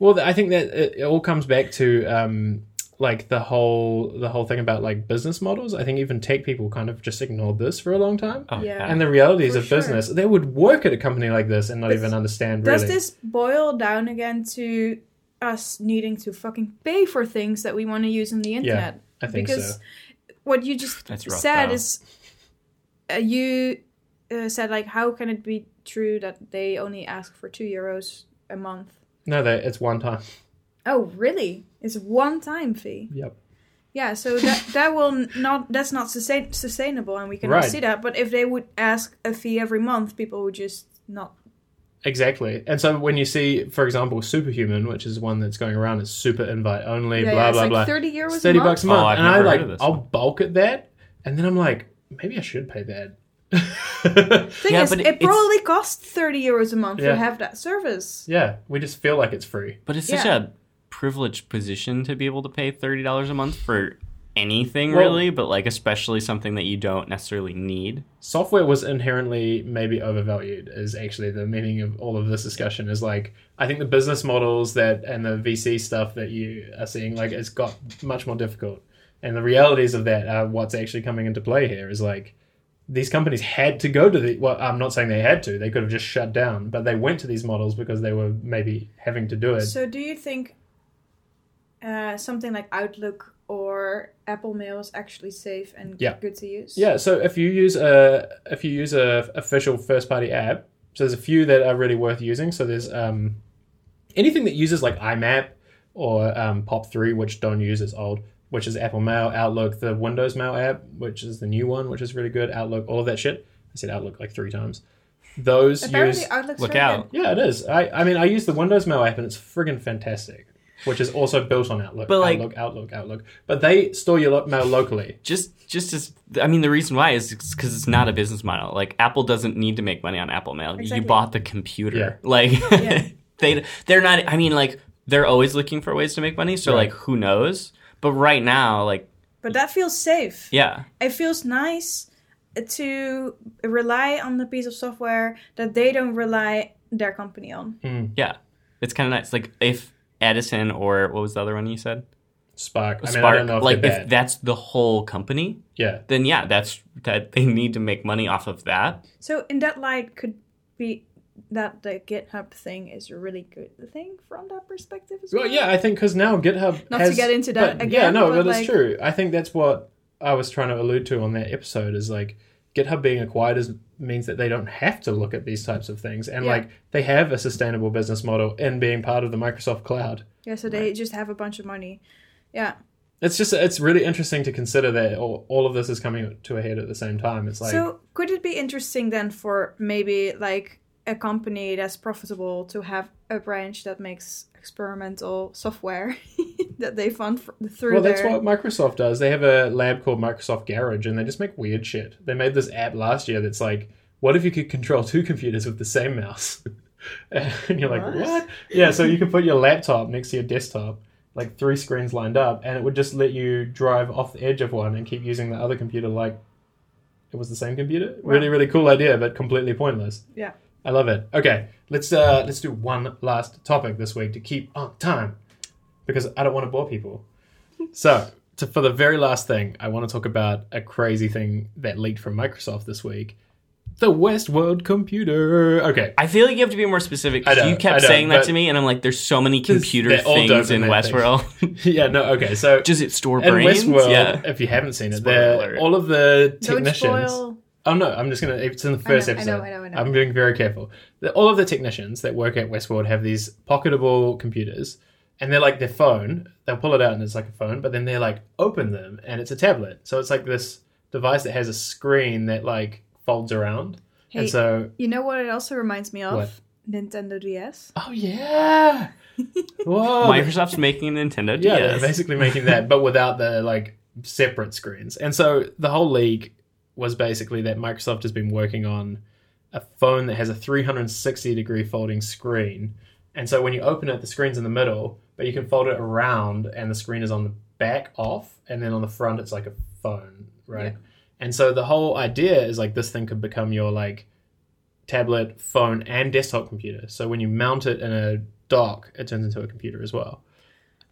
A: Well, th- I think that it, it all comes back to um, like the whole the whole thing about like business models. I think even tech people kind of just ignored this for a long time.
B: Oh,
C: Yeah.
A: And the realities
C: For
A: of
C: sure.
A: business, they would work at a company like this and not
C: But
A: even understand
C: Does
A: really.
C: this boil down again to us needing to fucking pay for things that we want to use on the internet?
A: I think
C: because
A: so.
C: what you just
B: That's rough,
C: said
B: though.
C: is uh, you uh, said like how can it be true that they only ask for two euros a month
A: No, they, it's one time.
C: oh really it's a one-time fee
A: Yep.
C: yeah so that that will n- not that's not sustain- sustainable and we can all
A: Right.
C: see that but if they would ask a fee every month people would just not
A: Exactly. And so when you see, for example, Superhuman, which is one that's going around, is super invite only,
C: yeah,
A: blah,
C: yeah, it's
A: blah,
C: like
A: blah.
C: 30 euros
A: It's 30
C: a month
A: bucks a
B: Oh,
A: month.
B: I've
A: and
B: never
A: I
B: heard
A: like,
B: of this
A: I'll
B: one.
A: bulk at that. And then I'm like, maybe I should pay that.
C: thing
B: Yeah,
C: is,
B: but
C: it,
B: it- it's-
C: probably costs 30 euros a month
A: Yeah.
C: to have that service
A: yeah, we just feel like it's free.
B: But it's such
C: Yeah.
B: a privileged position to be able to pay thirty dollars a month for anything
A: Well-
B: really, but like especially something that you don't necessarily need.
A: Software was inherently maybe overvalued, is actually the meaning of all of this discussion. Is like, I think the business models that and the VC stuff that you are seeing, like, it's got much more difficult. And the realities of that are what's actually coming into play here is like, these companies had to go to the well i'm not saying they had to they could have just shut down but they went to these models because they were maybe having to do it
C: So, do you think uh, something like Outlook or Apple Mail is actually safe and
A: Yeah.
C: good to use?
A: yeah so if you use a if you use a official first party app so there's a few that are really worth using so there's um anything that uses like imap or um, pop3 which don't use is old which is apple mail outlook the windows mail app which is the new one which is really good outlook all of that shit i said outlook like three times those
C: Apparently,
A: use
C: Outlook's
B: Look
C: really
B: out.
A: Yeah, it is. I, I mean, I use the Windows Mail app and it's friggin' fantastic, which is also built on Outlook,
B: But, like-
A: Outlook, Outlook, Outlook. But they store your lo- mail locally.
B: Just, just as I mean, the reason why is because it's not a business model. Like Apple doesn't need to make money on Apple Mail. You
C: Exactly.
B: bought the computer.
A: Yeah.
B: Like
C: Yeah.
B: they, they're not. I mean, like they're always looking for ways to make money. So
A: Right.
B: like, who knows? But right now, like,
C: But that feels safe.
B: yeah,
C: It feels nice to rely on the piece of software that they don't rely their company on.
B: yeah, it's kind of nice. Like if Edison or what was the other one you said?
A: Spark. I mean, I
B: Spark.
A: don't know if
B: like
A: they're
B: if
A: bad.
B: that's the whole company,
A: yeah.
B: then yeah, that's that they need to make money off of that.
C: So, in that light, could be that the GitHub thing is a really good thing from that perspective as well.
A: Well, yeah, I think because now GitHub.
C: Not to
A: has,
C: get into that
A: but- Yeah,
C: again,
A: no,
C: but,
A: but
C: like-
A: it's true. I think that's what I was trying to allude to on that episode is like GitHub being acquired is means that they don't have to look at these types of things and
C: Yeah.
A: like they have a sustainable business model in being part of the Microsoft cloud.
C: Yeah, so they just have a bunch of money. Yeah.
A: It's just it's really interesting to consider that all, all of this is coming to a head at the same time. It's like
C: so could it be interesting then for maybe like a company that's profitable to have a branch that makes experimental software that they fund fr- through
A: well,
C: their
A: that's what Microsoft does. They have a lab called Microsoft Garage, and they just make weird shit. They made this app last year that's like, what if you could control two computers with the same mouse? and you're like,
C: What?
A: what? Yeah, so you could put your laptop next to your desktop, like three screens lined up, and it would just let you drive off the edge of one and keep using the other computer like it was the same computer.
C: Wow.
A: Really, really cool idea, but completely pointless.
C: Yeah.
A: I love it. Okay, let's uh let's do one last topic this week to keep on time because I don't want to bore people. So, to, for the very last thing, I want to talk about a crazy thing that leaked from Microsoft this week. The Westworld computer. Okay.
B: I feel like you have to be more specific. 'cause
A: I know,
B: you
A: I
B: kept
A: know,
B: saying that
A: but-
B: to me, and I'm like, there's so many computer
A: they're all
B: things in
A: dopamine things.
B: Westworld.
A: yeah, no, okay. So,
B: Does it store
A: in
B: brains?
A: Westworld,
B: yeah.
A: if you haven't seen it,
B: Spoiler
A: they're
B: alert.
A: all of the
C: Don't
A: technicians.
C: spoil.
A: Oh no, I'm just gonna. It's in the first
C: I know, I
A: episode.
C: know, I know, I know.
A: am being very careful. The- all of the technicians that work at Westworld have these pocketable computers, and they're like their phone. They'll pull it out and it's like a phone, but then they like open them and it's a tablet. So it's like this device that has a screen that like folds around.
C: Hey.
A: And so,
C: You know what it also reminds me of?
A: What?
C: Nintendo DS.
A: oh yeah, whoa,
B: Microsoft's making a Nintendo
A: Oh, yeah,
B: DS.
A: they're basically making that, but without the like separate screens. And so the whole league was basically that Microsoft has been working on a phone that has a 360 degree folding screen. And so when you open it, the screen's in the middle, but you can fold it around, and the screen is on the back off, and then on the front, it's like a phone, right?
C: Yeah.
A: And so the whole idea is like this thing could become your like tablet, phone, and desktop computer. So when you mount it in a dock, it turns into a computer as well.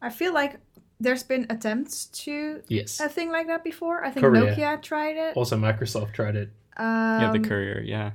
C: I feel like there's been attempts to
A: Yes.
C: a thing like that before. I think
A: Korea.
C: Nokia tried it.
A: Also, Microsoft tried it.
C: Um,
B: yeah, the courier. Yeah.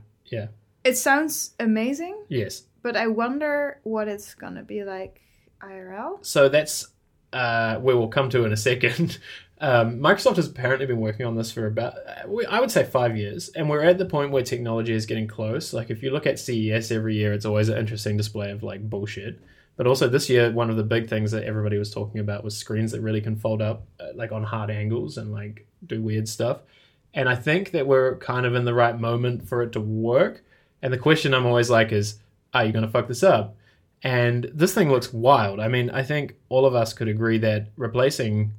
C: It sounds amazing,
A: Yes.
C: but I wonder what it's gonna be like IRL.
A: So that's uh, where we'll come to in a second. Um, Microsoft has apparently been working on this for about, uh, we- I would say, five years, and we're at the point where technology is getting close. Like, if you look at CES every year, it's always an interesting display of like bullshit. But also this year, one of the big things that everybody was talking about was screens that really can fold up, uh, like on hard angles, and like do weird stuff. And I think that we're kind of in the right moment for it to work. And the question I'm always like is, are you going to fuck this up? And this thing looks wild. I mean, I think all of us could agree that replacing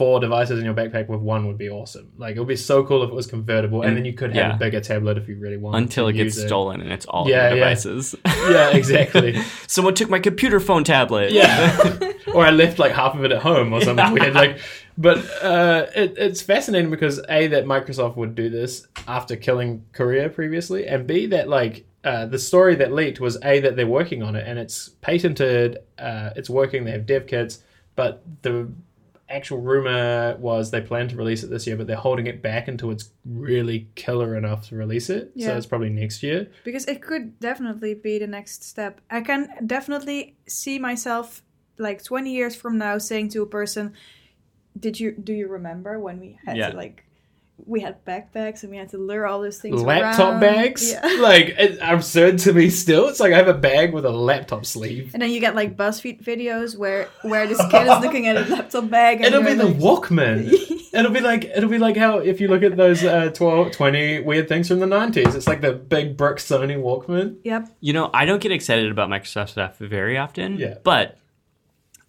A: four devices in your backpack with one would be awesome. Like, it would be so cool if it was convertible, and then you could have
B: Yeah.
A: a bigger tablet if you really want.
B: Until
A: to
B: it gets
A: use
B: stolen and it's all
A: Yeah,
B: your
A: yeah.
B: devices.
A: Yeah, exactly.
B: Someone took my computer phone tablet.
A: Yeah. or I left like half of it at home or something weird. Like, but uh, it, it's fascinating because a that Microsoft would do this after killing Korea previously, and b that like uh, the story that leaked was a that they're working on it and it's patented, uh, it's working. They have dev kits, but the actual rumor was they plan to release it this year, but they're holding it back until it's really killer enough to release it. So
C: Yeah.
A: it's probably next year.
C: because it could definitely be the next step. I can definitely see myself like 20 years from now saying to a person, "Did you do you remember when we had
B: Yeah.
C: to, like we had backpacks and we had to lure all those things
A: laptop
C: around?"
A: bags,
C: Yeah.
A: like it's absurd to me. Still, it's like I have a bag with a laptop sleeve.
C: And then you get like BuzzFeed videos where where this kid is looking at a laptop bag. And
A: It'll be
C: you're
A: the
C: like-
A: Walkman. It'll be like it'll be like how if you look at those uh, 12, 20 weird things from the nineties, it's like the big brick Sony Walkman.
C: yep.
B: You know, I don't get excited about Microsoft stuff very often.
A: Yeah.
B: But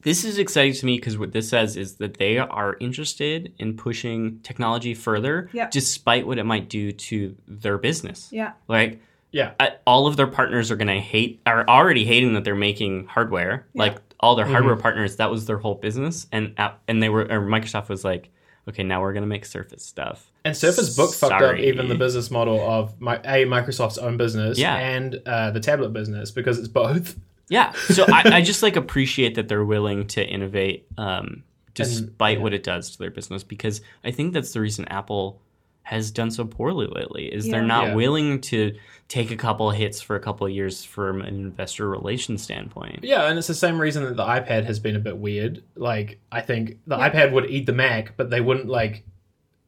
B: this is exciting to me because what this says is that they are interested in pushing technology further,
C: Yeah.
B: despite what it might do to their business.
C: Yeah.
B: Like,
A: Yeah,
B: I, all of their partners are going to hate, are already hating that they're making hardware.
C: Yeah.
B: Like all their hardware partners, that was their whole business, and app- and they were, or Microsoft was like, okay, now we're going to make Surface stuff.
A: and Surface Book fucked up
B: Sorry.
A: even the business model of my a Microsoft's own business
B: Yeah.
A: and uh, the tablet business because it's both.
B: Yeah. So I, I just like appreciate that they're willing to innovate um, despite what it does to their business because I think that's the reason Apple has done so poorly lately is they're
C: Yeah.
B: not
A: Yeah.
B: willing to take a couple hits for a couple of years from an investor relations standpoint.
A: Yeah, and it's the same reason that the iPad has been a bit weird. Like, I think the iPad would eat the Mac, but they wouldn't like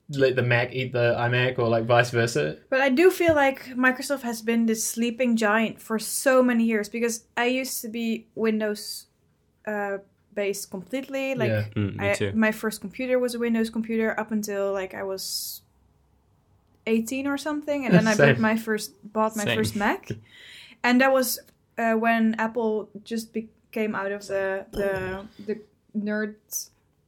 A: let the Mac eat the iMac or like vice versa.
C: But I do feel like Microsoft has been this sleeping giant for so many years because I used to be Windows uh, based completely. Like
A: Yeah.
B: Mm, me
C: I,
B: too.
C: my first computer was a Windows computer up until like I was 18 or something, and then I
A: Same.
C: bought my first bought my
B: Same.
C: first Mac, and that was uh, when Apple just became out of the the the nerd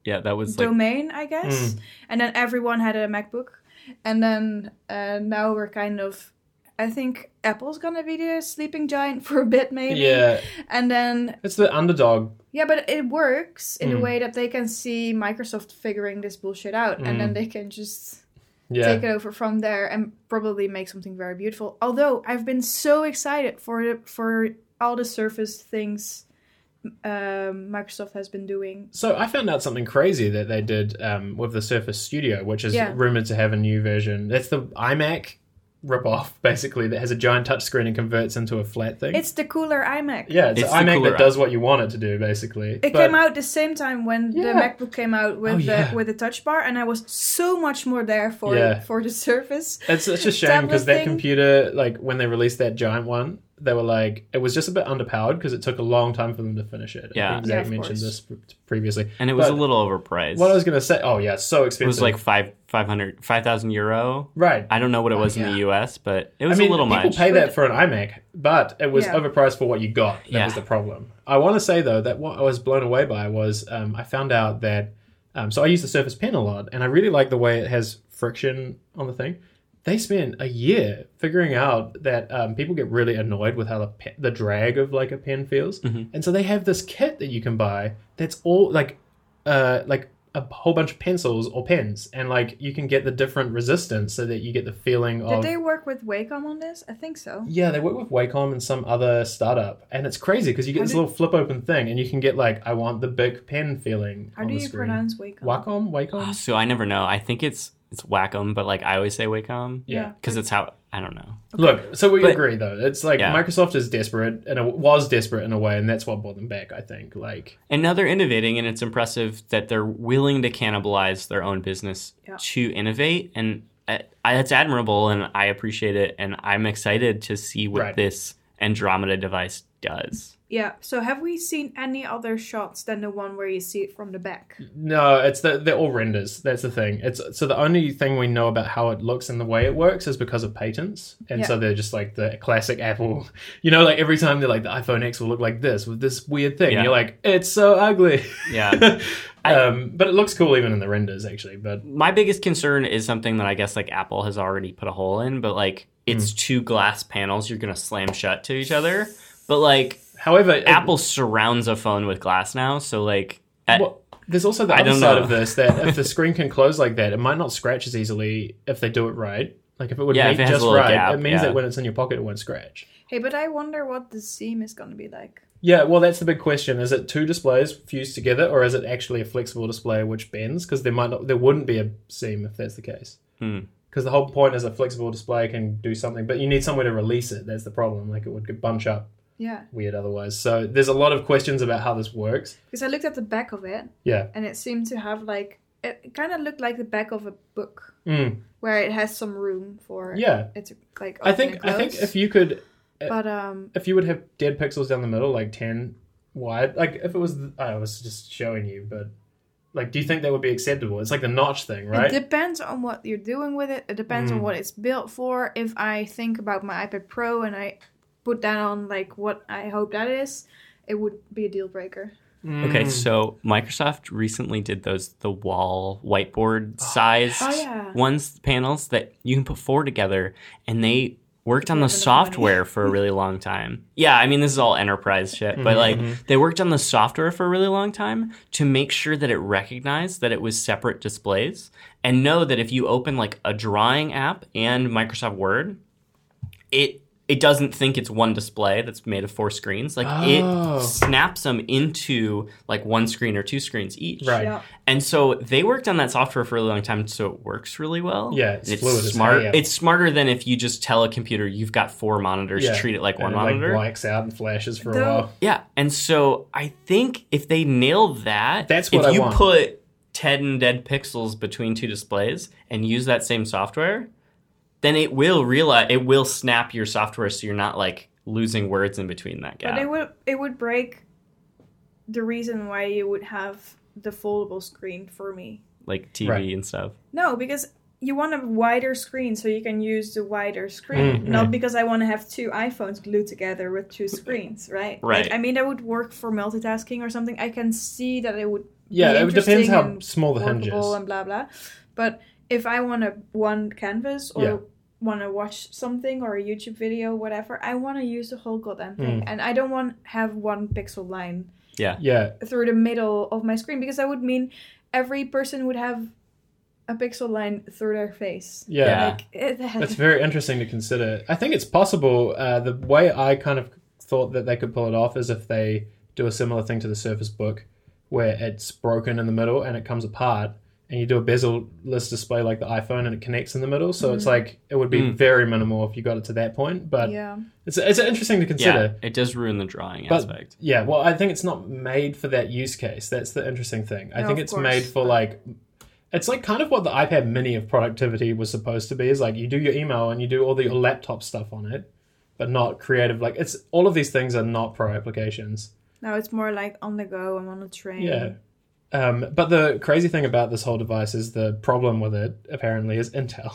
B: Yeah, that was like Hmm.
C: domain, I guess, and then everyone had a MacBook, and then uh, now we're kind of. I think Apple's gonna be the sleeping giant for a bit, maybe.
A: Yeah,
C: And then
A: it's the underdog.
C: yeah, but it works in a
A: Mm.
C: way that they can see Microsoft figuring this bullshit out and
A: Mm.
C: then they can just
A: Yeah,
C: take it over from there and probably make something very beautiful. Although I've been so excited for the, for all the Surface things um, Microsoft has been doing.
A: So I found out something crazy that they did um, with the Surface Studio, which is
C: Yeah.
A: rumored to have a new version. It's the iMac ripoff, basically, that has a giant touchscreen and converts into a flat thing.
C: It's the cooler iMac.
A: yeah, it's,
B: It's
A: an
B: the
A: iMac
B: cooler
A: that does what you want it to do, basically.
C: It came out the same time when
A: Yeah.
C: the MacBook came out with
A: Oh,
C: the
A: yeah.
C: with the touch bar, and I was so much more there for
A: Yeah.
C: for the Surface.
A: It's such a shame
C: tablet
A: because that
C: thing.
A: computer, like when they released that giant one, they were like, it was just a bit underpowered because it took a long time for them to finish it.
B: Yeah.
A: I think
C: Yeah,
A: Zach
C: of
A: mentioned
C: course.
A: this pre- previously.
B: and it was
A: But
B: a little overpriced.
A: What I was gonna say, oh yeah, it's so
B: it
A: expensive.
B: was like five five hundred five thousand euro.
A: right.
B: I don't know what it
A: Oh,
B: was in the US, but it was
A: I mean,
B: a little
A: people
B: much.
A: pay that for an iMac, but it was
C: Yeah.
A: overpriced for what you got. That
B: Yeah.
A: was the problem. I want to say though that what I was blown away by was um, I found out that um, so I use the Surface Pen a lot, and I really like the way it has friction on the thing. They spent a year figuring out that um, people get really annoyed with how the pe- the drag of like a pen feels,
B: Mhm.
A: and so they have this kit that you can buy that's all like uh, like a whole bunch of pencils or pens, and like you can get the different resistance so that you get the feeling
C: Did
A: of
C: they work with Wacom on this? I think so.
A: Oh. yeah, they work with Wacom and some other startup, and it's crazy because you get
C: How
A: this
C: do-
A: little flip open thing, and you can get like, I want the big pen feeling
C: How
A: on
C: do
A: the
C: you
A: screen.
C: pronounce Wacom?
A: Wacom, Wacom.
B: Ah, so I never know. I think it's it's Wacom, but like I always say Wacom
A: yeah.
B: because it's how I don't know.
A: Look, so we
B: But-
A: agree though. It's like
B: Yeah.
A: Microsoft is desperate, and it was desperate in a way, and that's what brought them back. I think. Like,
B: And now they're innovating, and it's impressive that they're willing to cannibalize their own business
C: Yeah.
B: to innovate. And I, I, it's admirable, and I appreciate it. And I'm excited to see what
A: Right.
B: this Andromeda device does.
C: Yeah. So have we seen any other shots than the one where you see it from the back?
A: no, it's the they're all renders. That's the thing. It's so the only thing we know about how it looks and the way it works is because of patents, and
C: Yeah.
A: so they're just like the classic Apple. You know, like every time they're like the iPhone X will look like this with this weird thing.
B: Yeah.
A: You're like, it's so ugly.
B: Yeah.
A: um, but it looks cool even in the renders, actually. But
B: my biggest concern is something that I guess like Apple has already put a hole in, but like it's two glass panels you're gonna slam shut to each other. But like
A: however, it-
B: Apple surrounds a phone with glass now, so like at,
A: well, there's also the
B: I
A: other
B: don't
A: side
B: know.
A: of this that if the screen can close like that, it might not scratch as easily if they do it right. Like if it would
B: Yeah,
A: meet
B: if it has a
A: just
B: little
A: right,
B: gap,
A: it means
B: yeah.
A: that when it's in your pocket, it won't scratch.
C: Hey, but I wonder what the seam is gonna be like.
A: Yeah, well, that's the big question. Is it two displays fused together, or is it actually a flexible display which bends? Because there might not, there wouldn't be a seam if that's the case.
B: Hmm.
A: Because the whole point is a flexible display can do something, but you need somewhere to release it. That's the problem. Like it would bunch up
C: Yeah,
A: weird otherwise. So there's a lot of questions about how this works.
C: because I looked at the back of it,
A: Yeah.
C: and it seemed to have like it kind of looked like the back of a book
A: Mm.
C: where it has some room for
A: Yeah.
C: It's like
A: I think I think if you could
C: but um
A: if you would have dead pixels down the middle, like ten wide, like if it was, I was just showing you, but like, do you think that would be acceptable? It's like the notch thing, right? Mm.
C: It depends on what you're doing with it. It depends on what it's built for. If I think about my iPad Pro and I put that on like what I hope that is, it would be a deal breaker.
A: Mm.
B: Okay, so Microsoft recently did those the wall whiteboard sized
C: Oh, yeah.
B: ones panels that you can put four together, and they worked on
C: Yeah,
B: the
C: for the
B: software for a really long time. Yeah, I mean this is all enterprise shit, but like they worked on the software for a really long time to make sure that it recognized that it was separate displays and know that if you open like a drawing app and Microsoft Word, it it doesn't think it's one display that's made of four screens. Like
A: Oh.
B: it snaps them into like one screen or two screens each.
A: Right.
C: Yeah.
B: And so they worked on that software for a really long time, so it works really well.
A: Yeah, it's
B: And it's
A: fluid as
B: smart.
A: hell.
B: It's smarter than if you just tell a computer you've got four monitors,
A: Yeah.
B: treat it like one
A: and it,
B: monitor.
A: like blanks out and flashes for a
C: Though-
A: while.
B: yeah. And so I think if they nail that,
A: That's what
B: if
A: I
B: you
A: want.
B: put 10 dead pixels between two displays and use that same software, then it will realize it will snap your software so you're not like losing words in between that gap.
C: But it would it would break the reason why you would have the foldable screen for me.
B: like TV
A: Right.
B: and stuff.
C: No, because you want a wider screen so you can use the wider screen.
A: Mm,
C: Not because I want to have two iPhones glued together with two screens, right?
B: Right.
C: Like, I mean, that would work for multitasking or something. I can see that it would
A: Yeah, it
C: interesting
A: depends how
C: and
A: small the hinge
C: workable
A: is.
C: and blah blah. But if I want a one canvas or
A: Yeah.
C: want to watch something or a YouTube video, whatever, I want to use the whole goddamn thing,
A: Mm.
C: and I don't want have one pixel line
B: Yeah.
A: Yeah,
C: through the middle of my screen because that would mean every person would have a pixel line through their face.
A: yeah.
B: Yeah.
C: Like, it,
A: That's very interesting to consider. I think it's possible. Uh, the way I kind of thought that they could pull it off is if they do a similar thing to the Surface Book, where it's broken in the middle and it comes apart, and you do a bezel-less display like the iPhone, and it connects in the middle. So it's like it would be
B: Mm.
A: very minimal if you got it to that point. But
C: yeah.
A: it's it's interesting to
B: Yeah.
A: consider.
B: It does ruin the drawing
A: But-
B: aspect.
A: Yeah. well, I think it's not made for that use case. That's the interesting thing. I
C: No,
A: think
C: of
A: it's made
C: course.
A: for like it's like kind of what the iPad mini of productivity was supposed to be is like you do your email and you do all the, your laptop stuff on it, but not creative like it's all of these things are not pro applications.
C: Now it's more like on the go. I'm on a train.
A: Yeah. Um, but the crazy thing about this whole device is the problem with it apparently is Intel,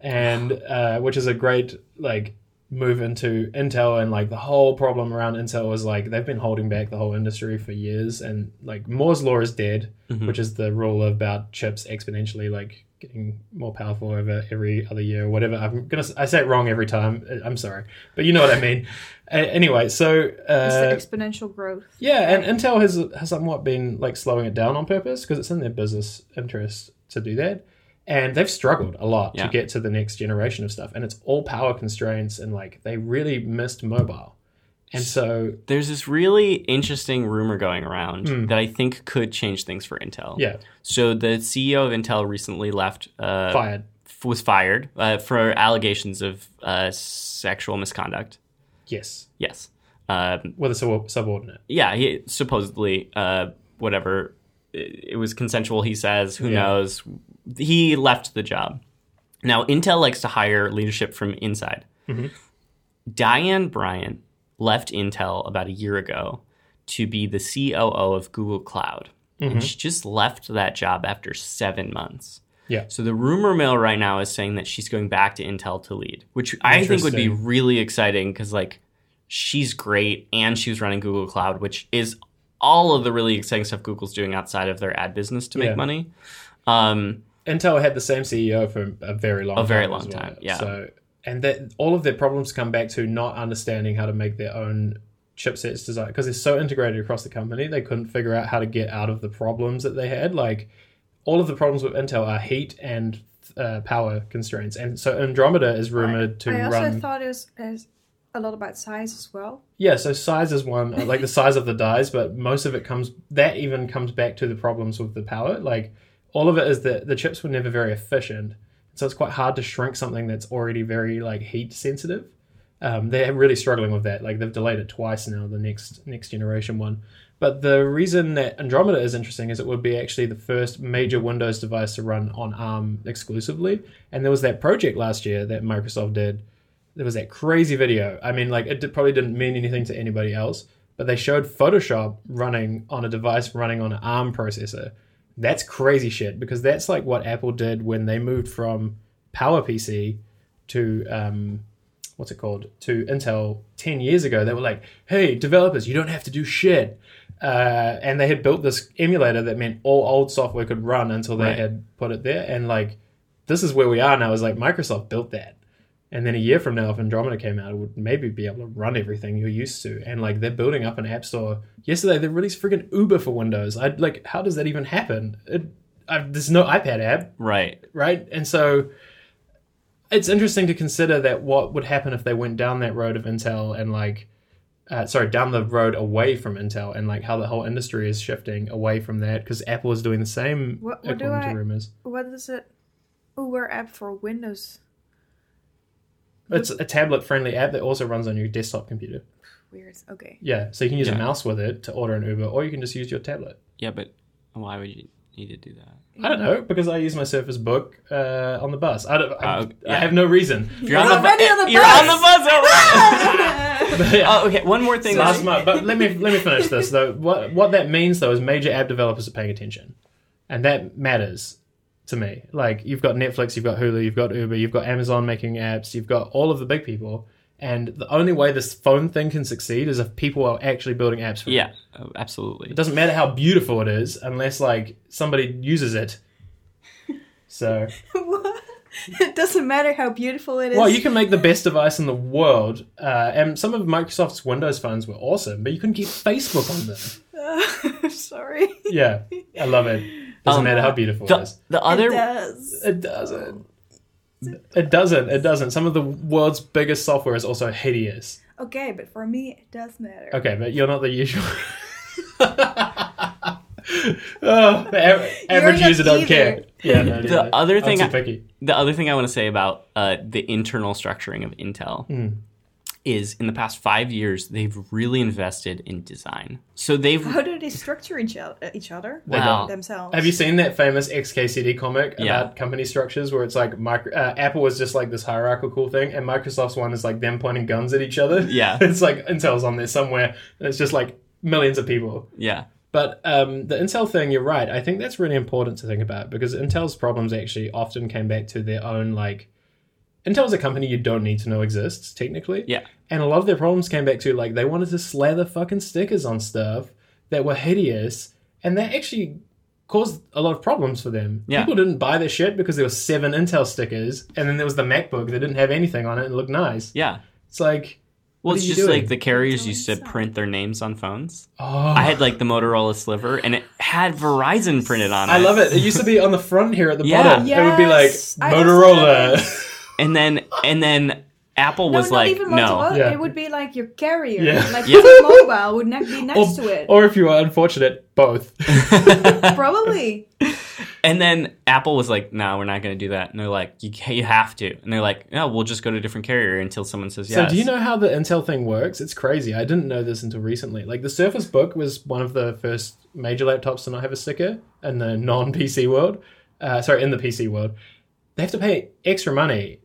A: and uh, which is a great like move into Intel and like the whole problem around Intel was like they've been holding back the whole industry for years and like Moore's law is dead,
C: Mm-hmm.
B: Mhm.
A: which is the rule about chips exponentially like getting more powerful over every other year or whatever. I'm gonna I say it wrong every time. I- I'm sorry, but you know what I mean. A- anyway, so
C: It's
A: uh,
C: the exponential growth.
A: yeah, and Intel has has somewhat been like slowing it down on purpose because it's in their business interest to do that, and they've struggled a lot
B: Yeah.
A: to get to the next generation of stuff, and it's all power constraints and like they really missed mobile, and so
B: There's this really interesting rumor going around that I think could change things for Intel.
A: Hmm. yeah,
B: So the CEO of Intel recently left uh,
A: fired.
B: f- was fired uh, for allegations of uh, sexual misconduct.
A: Yes,
B: Yes. Um,
A: with a sub- subordinate.
B: yeah, he supposedly uh, whatever it, it was consensual. He says, who
A: Yeah.
B: knows? He left the job. Now Intel likes to hire leadership from inside.
A: Mm-hmm.
B: Diane Bryant left Intel about a year ago to be the COO of Google Cloud.
A: Mm-hmm.
B: And she just left that job after seven months.
A: Yeah,
B: So the rumor mill right now is saying that she's going back to Intel to lead, which I think would be
A: Interesting.
B: really exciting because like she's great and she was running Google Cloud, which is all of the really exciting stuff Google's doing outside of their ad business to make
A: Yeah.
B: money. Um,
A: Intel had the same CEO for a very long
B: A very
A: time as
B: long
A: well.
B: time, yeah.
A: So and that all of their problems come back to not understanding how to make their own chipsets design because they're so integrated across the company they couldn't figure out how to get out of the problems that they had like all of the problems with Intel are heat and uh, power constraints and so Andromeda is rumored to
C: I also
A: run
C: thought it was, as a lot about size as well.
A: Yeah, so size is one, uh, like the size of the dies, but most of it comes, that even comes back to the problems with the power. Like, all of it is that the chips were never very efficient. So it's quite hard to shrink something that's already very, like, heat sensitive. Um, they're really struggling with that. Like, they've delayed it twice now, the next next generation one. But the reason that Andromeda is interesting is it would be actually the first major Windows device to run on ARM exclusively. And there was that project last year that Microsoft did there was that crazy video. I mean, like it did, probably didn't mean anything to anybody else, but they showed Photoshop running on a device running on an ARM processor. That's crazy shit because that's like what Apple did when they moved from PowerPC to um, what's it called to Intel ten years ago. They were like, "Hey, developers, you don't have to do shit." Uh, and they had built this emulator that meant all old software could run until they
B: Right.
A: had put it there. And like, this is where we are now. Is like Microsoft built that and then a year from now if andromeda came out it would maybe be able to run everything you're used to and like they're building up an app store yesterday they released freaking uber for windows i like how does that even happen it, i there's no ipad app
B: Right.
A: right? And so it's interesting to consider that what would happen if they went down that road of Intel and like, uh, sorry, down the road away from Intel and like how the whole industry is shifting away from that because Apple is doing the same
C: What- what do
A: according to
C: I-
A: rumors.
C: What is it? Uber app for Windows.
A: It's a tablet-friendly app that also runs on your desktop computer.
C: Weird. Okay.
A: Yeah, so you can use a
B: Yeah.
A: mouse with it to order an Uber, or you can just use your tablet.
B: Yeah, but why would you need to do that?
A: I don't know because I use my Surface Book uh, on the bus. I don't. I,
B: Uh,
A: I
B: yeah.
A: have no reason.
B: If you're on
C: We're
B: the, bu-
C: already on the
B: you're
C: bus!
B: on the bus already.
A: Yeah.
B: oh, okay. One more thing.
A: Last month, but let me let me finish this though. What what that means though is major app developers are paying attention, and that matters to me. Like you've got Netflix, you've got Hulu, you've got Uber, you've got Amazon making apps, you've got all of the big people, and the only way this phone thing can succeed is if people are actually building apps. For it.
B: Yeah, oh, absolutely.
A: it doesn't matter how beautiful it is unless like somebody uses it. So
C: What? it doesn't matter how beautiful it is.
A: well, you can make the best device in the world, uh, and some of Microsoft's Windows phones were awesome, but you couldn't get Facebook on them.
C: Uh, sorry.
A: Yeah, I love it. Doesn't
B: Um,
A: matter how beautiful it
B: The,
A: is.
B: the
C: It
B: other
C: does.
A: It doesn't. It doesn't. It doesn't. Some of the world's biggest software is also hideous.
C: Okay, but for me, it does matter.
A: Okay, but you're not the usual. oh, the aver- average
C: not
A: user don't
C: either.
A: care. Yeah, no,
B: The
A: no, no.
B: other thing
A: I'm
B: I-
A: too picky.
B: the other thing I want to say about uh, the internal structuring of Intel
A: Hmm.
B: is in the past five years they've really invested in design. So they've
C: How do they structure each, o- each other?
A: They
B: Wow.
C: Themselves.
A: Have you seen that famous XKCD comic
B: Yeah.
A: about company structures where it's like micro, uh, Apple is just like this hierarchical thing, and Microsoft's one is like them pointing guns at each other?
B: Yeah.
A: it's like Intel's on there somewhere, and it's just like millions of people.
B: yeah
A: But um, the Intel thing, you're right. I think that's really important to think about because Intel's problems actually often came back to their own like. Intel's a company you don't need to know exists technically.
B: Yeah.
A: And a lot of their problems came back to like they wanted to slather fucking stickers on stuff that were hideous, and that actually caused a lot of problems for them.
B: Yeah.
A: People didn't buy their shit because there were seven Intel stickers, and then there was the MacBook that didn't have anything on it and looked nice.
B: yeah.
A: It's like, What
B: Well, it's
A: are you
B: just
A: doing?
B: like the carriers
C: Doing
B: used to
C: stuff.
B: print their names on phones.
A: oh,
B: I had like the Motorola sliver, and it had Verizon printed on it.
A: I love it. It used to be on the front here at the
B: Yeah.
A: bottom. It would be like
C: Yes, I just
A: Motorola.
B: And then and then Apple was
C: no,
B: like,
C: not even
B: no,
C: Motorola.
A: Yeah.
C: It would be like your carrier,
A: Yeah.
C: like
B: Yeah.
C: your mobile would not be next to it.
A: Or if you are unfortunate, both.
C: Probably.
B: and then Apple was like, no, we're not going to do that. And they're like, you, ca- you have to. And they're like, no, we'll just go to a different carrier until someone says yes.
A: So do you know how the Intel thing works? It's crazy. I didn't know this until recently. Like the Surface Book was one of the first major laptops to not have a sticker in the non-PC world. Uh, sorry, in the PC world, they have to pay extra money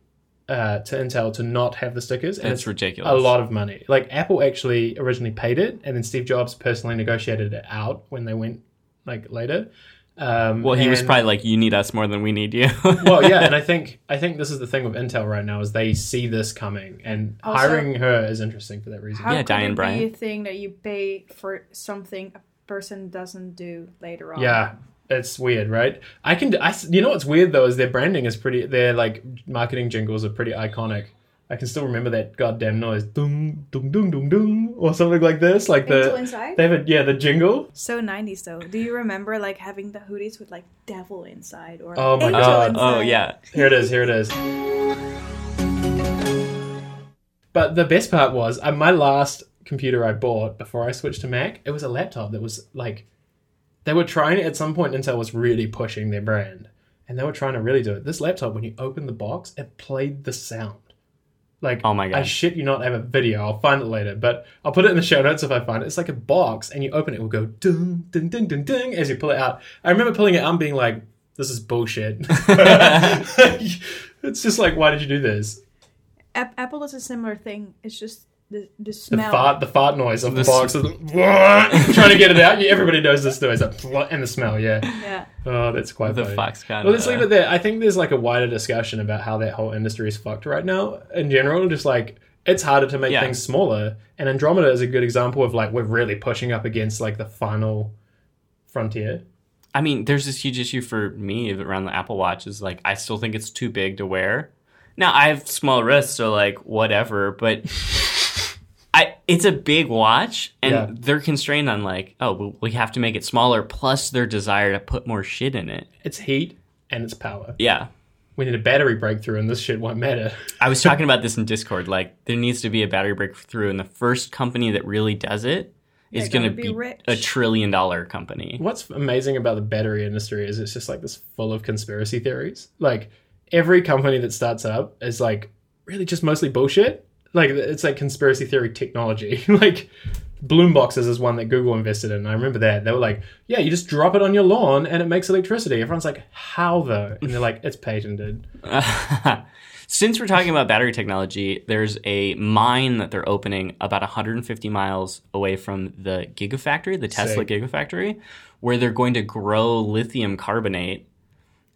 A: uh, to Intel to not have the stickers, and
B: That's
A: it's
B: ridiculous.
A: a lot of money. Like Apple actually originally paid it, and then Steve Jobs personally negotiated it out when they went like later. Um,
B: Well, he was
A: and-
B: probably like, you need us more than we need you.
A: well, yeah, and I think I think this is the thing with Intel right now is they see this coming, and
C: Also-
A: hiring her is interesting for that reason.
C: Oh, How
B: Yeah,
C: could
B: Diane
C: it be a
B: Bryant.
C: thing that you pay for something a person doesn't do later on?
A: Yeah, it's weird, right? I can, I, you know, what's weird though is their branding is pretty. Their like marketing jingles are pretty iconic. I can still remember that goddamn noise, dum dum dum dum dum, or something like this, like
C: Angel
A: the.
C: inside.
A: They have a, yeah, the jingle.
C: So 90s though. Do you remember like having the hoodies with like devil inside or
A: Oh my
C: angel
A: God.
C: inside?
B: oh yeah.
A: Here it is. Here it is. But the best part was uh, my last computer I bought before I switched to Mac. It was a laptop that was like they were trying at some point Intel was really pushing their brand, and they were trying to really do it. This laptop, when you opened the box, it played the sound. Like
B: Oh my
A: I
B: God.
A: shit you not I have a video. I'll find it later, but I'll put it in the show notes if I find it. It's like a box, and you open it, it will go ding ding ding ding ding as you pull it out. I remember pulling it out and being like, "This is bullshit." it's just like, why did you do this?
C: Ap- Apple is a similar thing. It's just the the
A: The
C: smell.
A: fart, the fart noise of the,
B: The
A: box, is- trying to get it out. Yeah, everybody knows this noise, like, and the smell. Yeah,
C: Yeah.
A: oh, that's quite
B: the
A: funny.
B: Foxconn.
A: Well, let's leave
B: uh,
A: it there. I think there's like a wider discussion about how that whole industry is fucked right now in general. Just like it's harder to make
B: Yeah.
A: things smaller, and Andromeda is a good example of like we're really pushing up against like the final frontier.
B: I mean, there's this huge issue for me around the Apple Watch is like I still think it's too big to wear. Now I have small wrists, so like whatever, but I it's a big watch and
A: Yeah.
B: they're constrained on like, oh, well, we have to make it smaller plus their desire to put more shit in it.
A: It's heat and it's power.
B: Yeah.
A: We need a battery breakthrough, and this shit won't matter.
B: I was talking about this in Discord like there needs to be a battery breakthrough and the first company that really does it is
C: They're
B: going
C: gonna
B: to
C: be
B: be,
C: rich.
B: a trillion dollar company.
A: What's amazing about the battery industry is it's just like this full of conspiracy theories. Like every company that starts up is like really just mostly bullshit. Like it's like conspiracy theory technology. like bloom boxes is one that Google invested in. I remember that. They were like, yeah, you just drop it on your lawn and it makes electricity. Everyone's like, how though? And they're like, it's patented.
B: Since we're talking about battery technology, there's a mine that they're opening about 150 miles away from the Gigafactory, the Tesla
A: Sick.
B: Gigafactory, where they're going to grow lithium carbonate.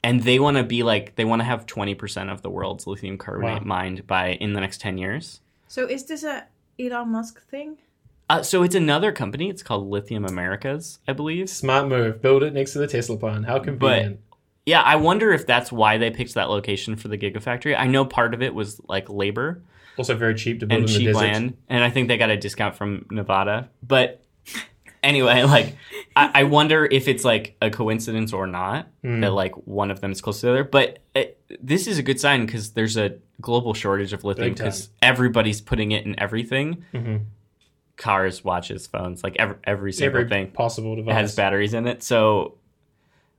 B: And they want to be like, they want to have 20% of the world's lithium carbonate
A: Wow.
B: mined by in the next 10 years.
C: So is this a Elon Musk thing?
B: Uh, so it's another company. It's called Lithium Americas, I believe.
A: Smart move. Build it next to the Tesla plant. How convenient.
B: Yeah, I wonder if that's why they picked that location for the Gigafactory. I know part of it was like labor.
A: also very cheap to build
B: and
A: in the
B: cheap
A: desert.
B: land. And I think they got a discount from Nevada. But anyway, like I, I wonder if it's like a coincidence or not
A: Hmm.
B: that like one of them is close to the other. But it, this is a good sign because there's a global shortage of lithium
A: Big time.
B: because everybody's putting it in everything:
A: Mhm.
B: cars, watches, phones, like every, every single
A: Every
B: thing
A: possible device.
B: has batteries in it. So.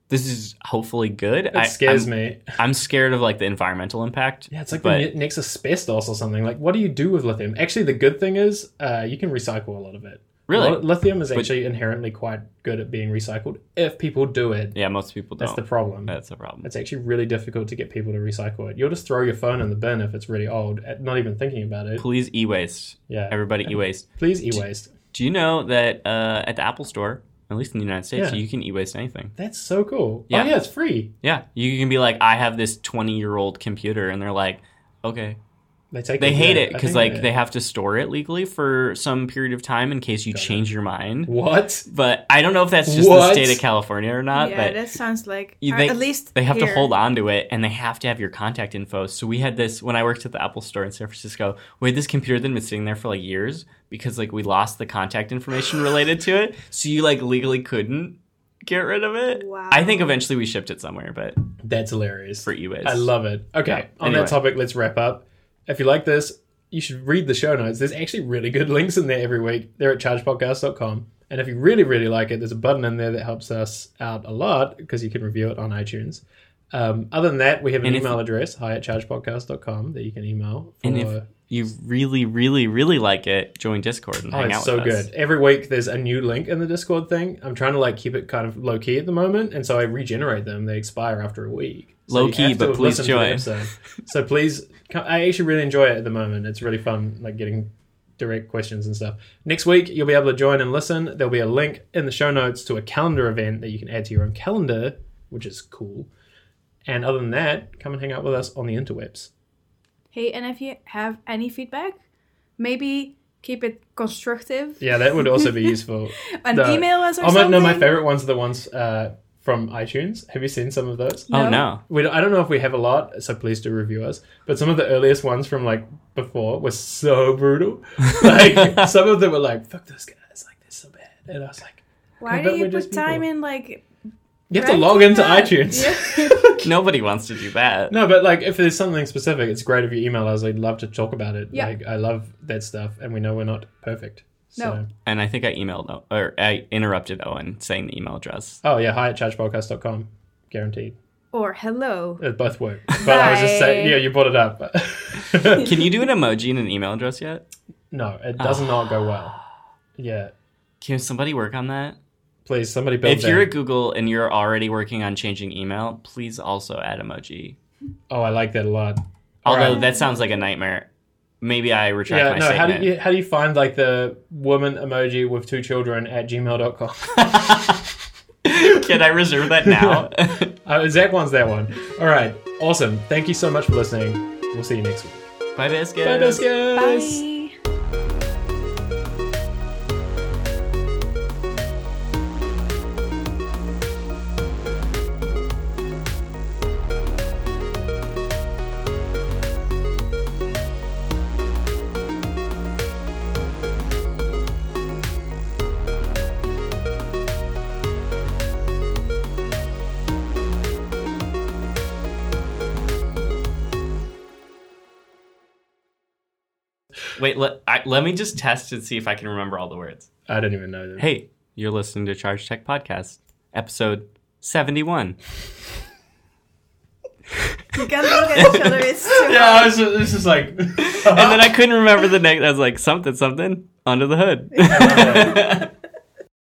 B: This is hopefully good.
A: it scares
B: I'm,
A: me.
B: I'm scared of like the environmental impact.
A: Yeah, it's like
B: but-
A: the ne- next asbestos or something. Like, what do you do with lithium? Actually, the good thing is uh, you can recycle a lot of it.
B: Really?
A: A lot- lithium is
B: But-
A: actually inherently quite good at being recycled if people do it.
B: Yeah, Uh, most people
A: That's
B: don't.
A: the problem.
B: That's a problem.
A: It's actually really difficult to get people to recycle it. You'll just throw your phone in the bin if it's really old, at- not even thinking about it.
B: Please e-waste.
A: Yeah.
B: Everybody e-waste.
A: Please e-waste.
B: Do you know that uh, at the Apple Store, at least in the United States,
A: Yeah.
B: you can e-waste anything?
A: That's so cool.
B: Yeah.
A: Oh yeah, it's free.
B: Yeah, you can be like, I have this twenty-year-old computer, and they're like, okay.
A: They take.
B: They hate
A: yeah,
B: it
A: I
B: because
A: think
B: like they have to store it legally for some period of time in case you
A: Got it.
B: change your mind.
A: What?
B: But I don't know if that's just the
A: What?
B: state of California or not.
C: yeah,
B: but
C: that sounds like
B: You-
C: or
B: they-
C: at least
B: they have to
C: here.
B: hold on to it and they have to have your contact info so we had this when i worked at the apple store in san francisco we had this computer that had been sitting there for like years because like we lost the contact information related to it so you like legally couldn't get rid of it
C: Wow.
B: i think eventually we shipped it somewhere but
A: That's hilarious.
B: for e-waste
A: I love it. Okay,
B: Yeah,
A: on
B: anyway.
A: that topic, let's wrap up. If you like this, you should read the show notes. There's actually really good links in there every week. They're at chargepodcast.com. And if you really, really like it, there's a button in there that helps us out a lot because you can review it on iTunes. Um, other than that, we have an
B: And if-
A: email address, hi at chargepodcast.com, that you can email. For,
B: and if you really really really like it join discord and
A: Oh,
B: hang
A: it's
B: out
A: so
B: with us.
A: good. Every week there's a new link in the Discord thing. I'm trying to like keep it kind of low key at the moment, and so I regenerate them. They expire after a week. So
B: Low
A: you
B: key,
A: have to
B: but please
A: listen to the
B: join.
A: episode. so please, come- I actually really enjoy it at the moment. It's really fun, like getting direct questions and stuff. Next week you'll be able to join and listen. There'll be a link in the show notes to a calendar event that you can add to your own calendar, which is cool. And other than that, come and hang out with us on the interwebs.
C: Hey, and if you have any feedback, maybe keep it constructive
A: Yeah, that would also be useful.
C: and
A: No.
C: email us or
A: Oh my,
C: something.
A: no, my favorite ones are the ones uh, from iTunes. Have you seen some of those?
B: oh
C: No.
B: no
A: We don't, I don't know if we have a lot, so please do review us. But some of the earliest ones from like before were so brutal. Like some of them were like, "Fuck those guys!" Like they're so bad, and I was like,
C: Why
A: I bet
C: do you
A: we're just
C: put time
A: people.
C: in like
A: You have to
C: Right?
A: log into
C: Yeah.
A: iTunes.
C: Yeah.
B: Nobody wants to do that.
A: No, but like if there's something specific, it's great if you email us. I'd love to talk about it.
C: Yeah.
A: Like I love that stuff, and we know we're not perfect. So.
C: No.
B: And I think I emailed O- or I interrupted Owen saying the email address.
A: Oh yeah, hi at chargepodcast.com. Guaranteed.
C: or hello.
A: It both work. But I was just saying,
C: Bye.
A: yeah, you brought it up.
B: Can you do an emoji and an email address yet?
A: no,
B: Ah.
A: it does not go well. Yeah.
B: Can somebody work on that?
A: Please, somebody build
B: if you're
A: that.
B: at Google and you're already working on changing email, please also add emoji.
A: Oh, I like that a lot. All
B: Although
A: right.
B: that sounds like a nightmare. Maybe I retract
A: yeah,
B: my
A: no, how
B: statement.
A: do you how do you find like the woman emoji with two children at gmail.com?
B: Can I reserve that now?
A: uh, Zach wants that one. All right. Awesome. Thank you so much for listening. We'll see you next week.
B: Bye, biscuits.
A: Bye, biscuits.
C: Bye.
B: Wait, let, I, let me just test and see if I can remember all the words.
A: I don't even know them.
B: Hey, you're listening to Charge Tech Podcast, episode 71.
C: You can't look at each other. It's too
A: Yeah, this is, this is like.
B: And then I couldn't remember the next. I was like, something, something, under the hood.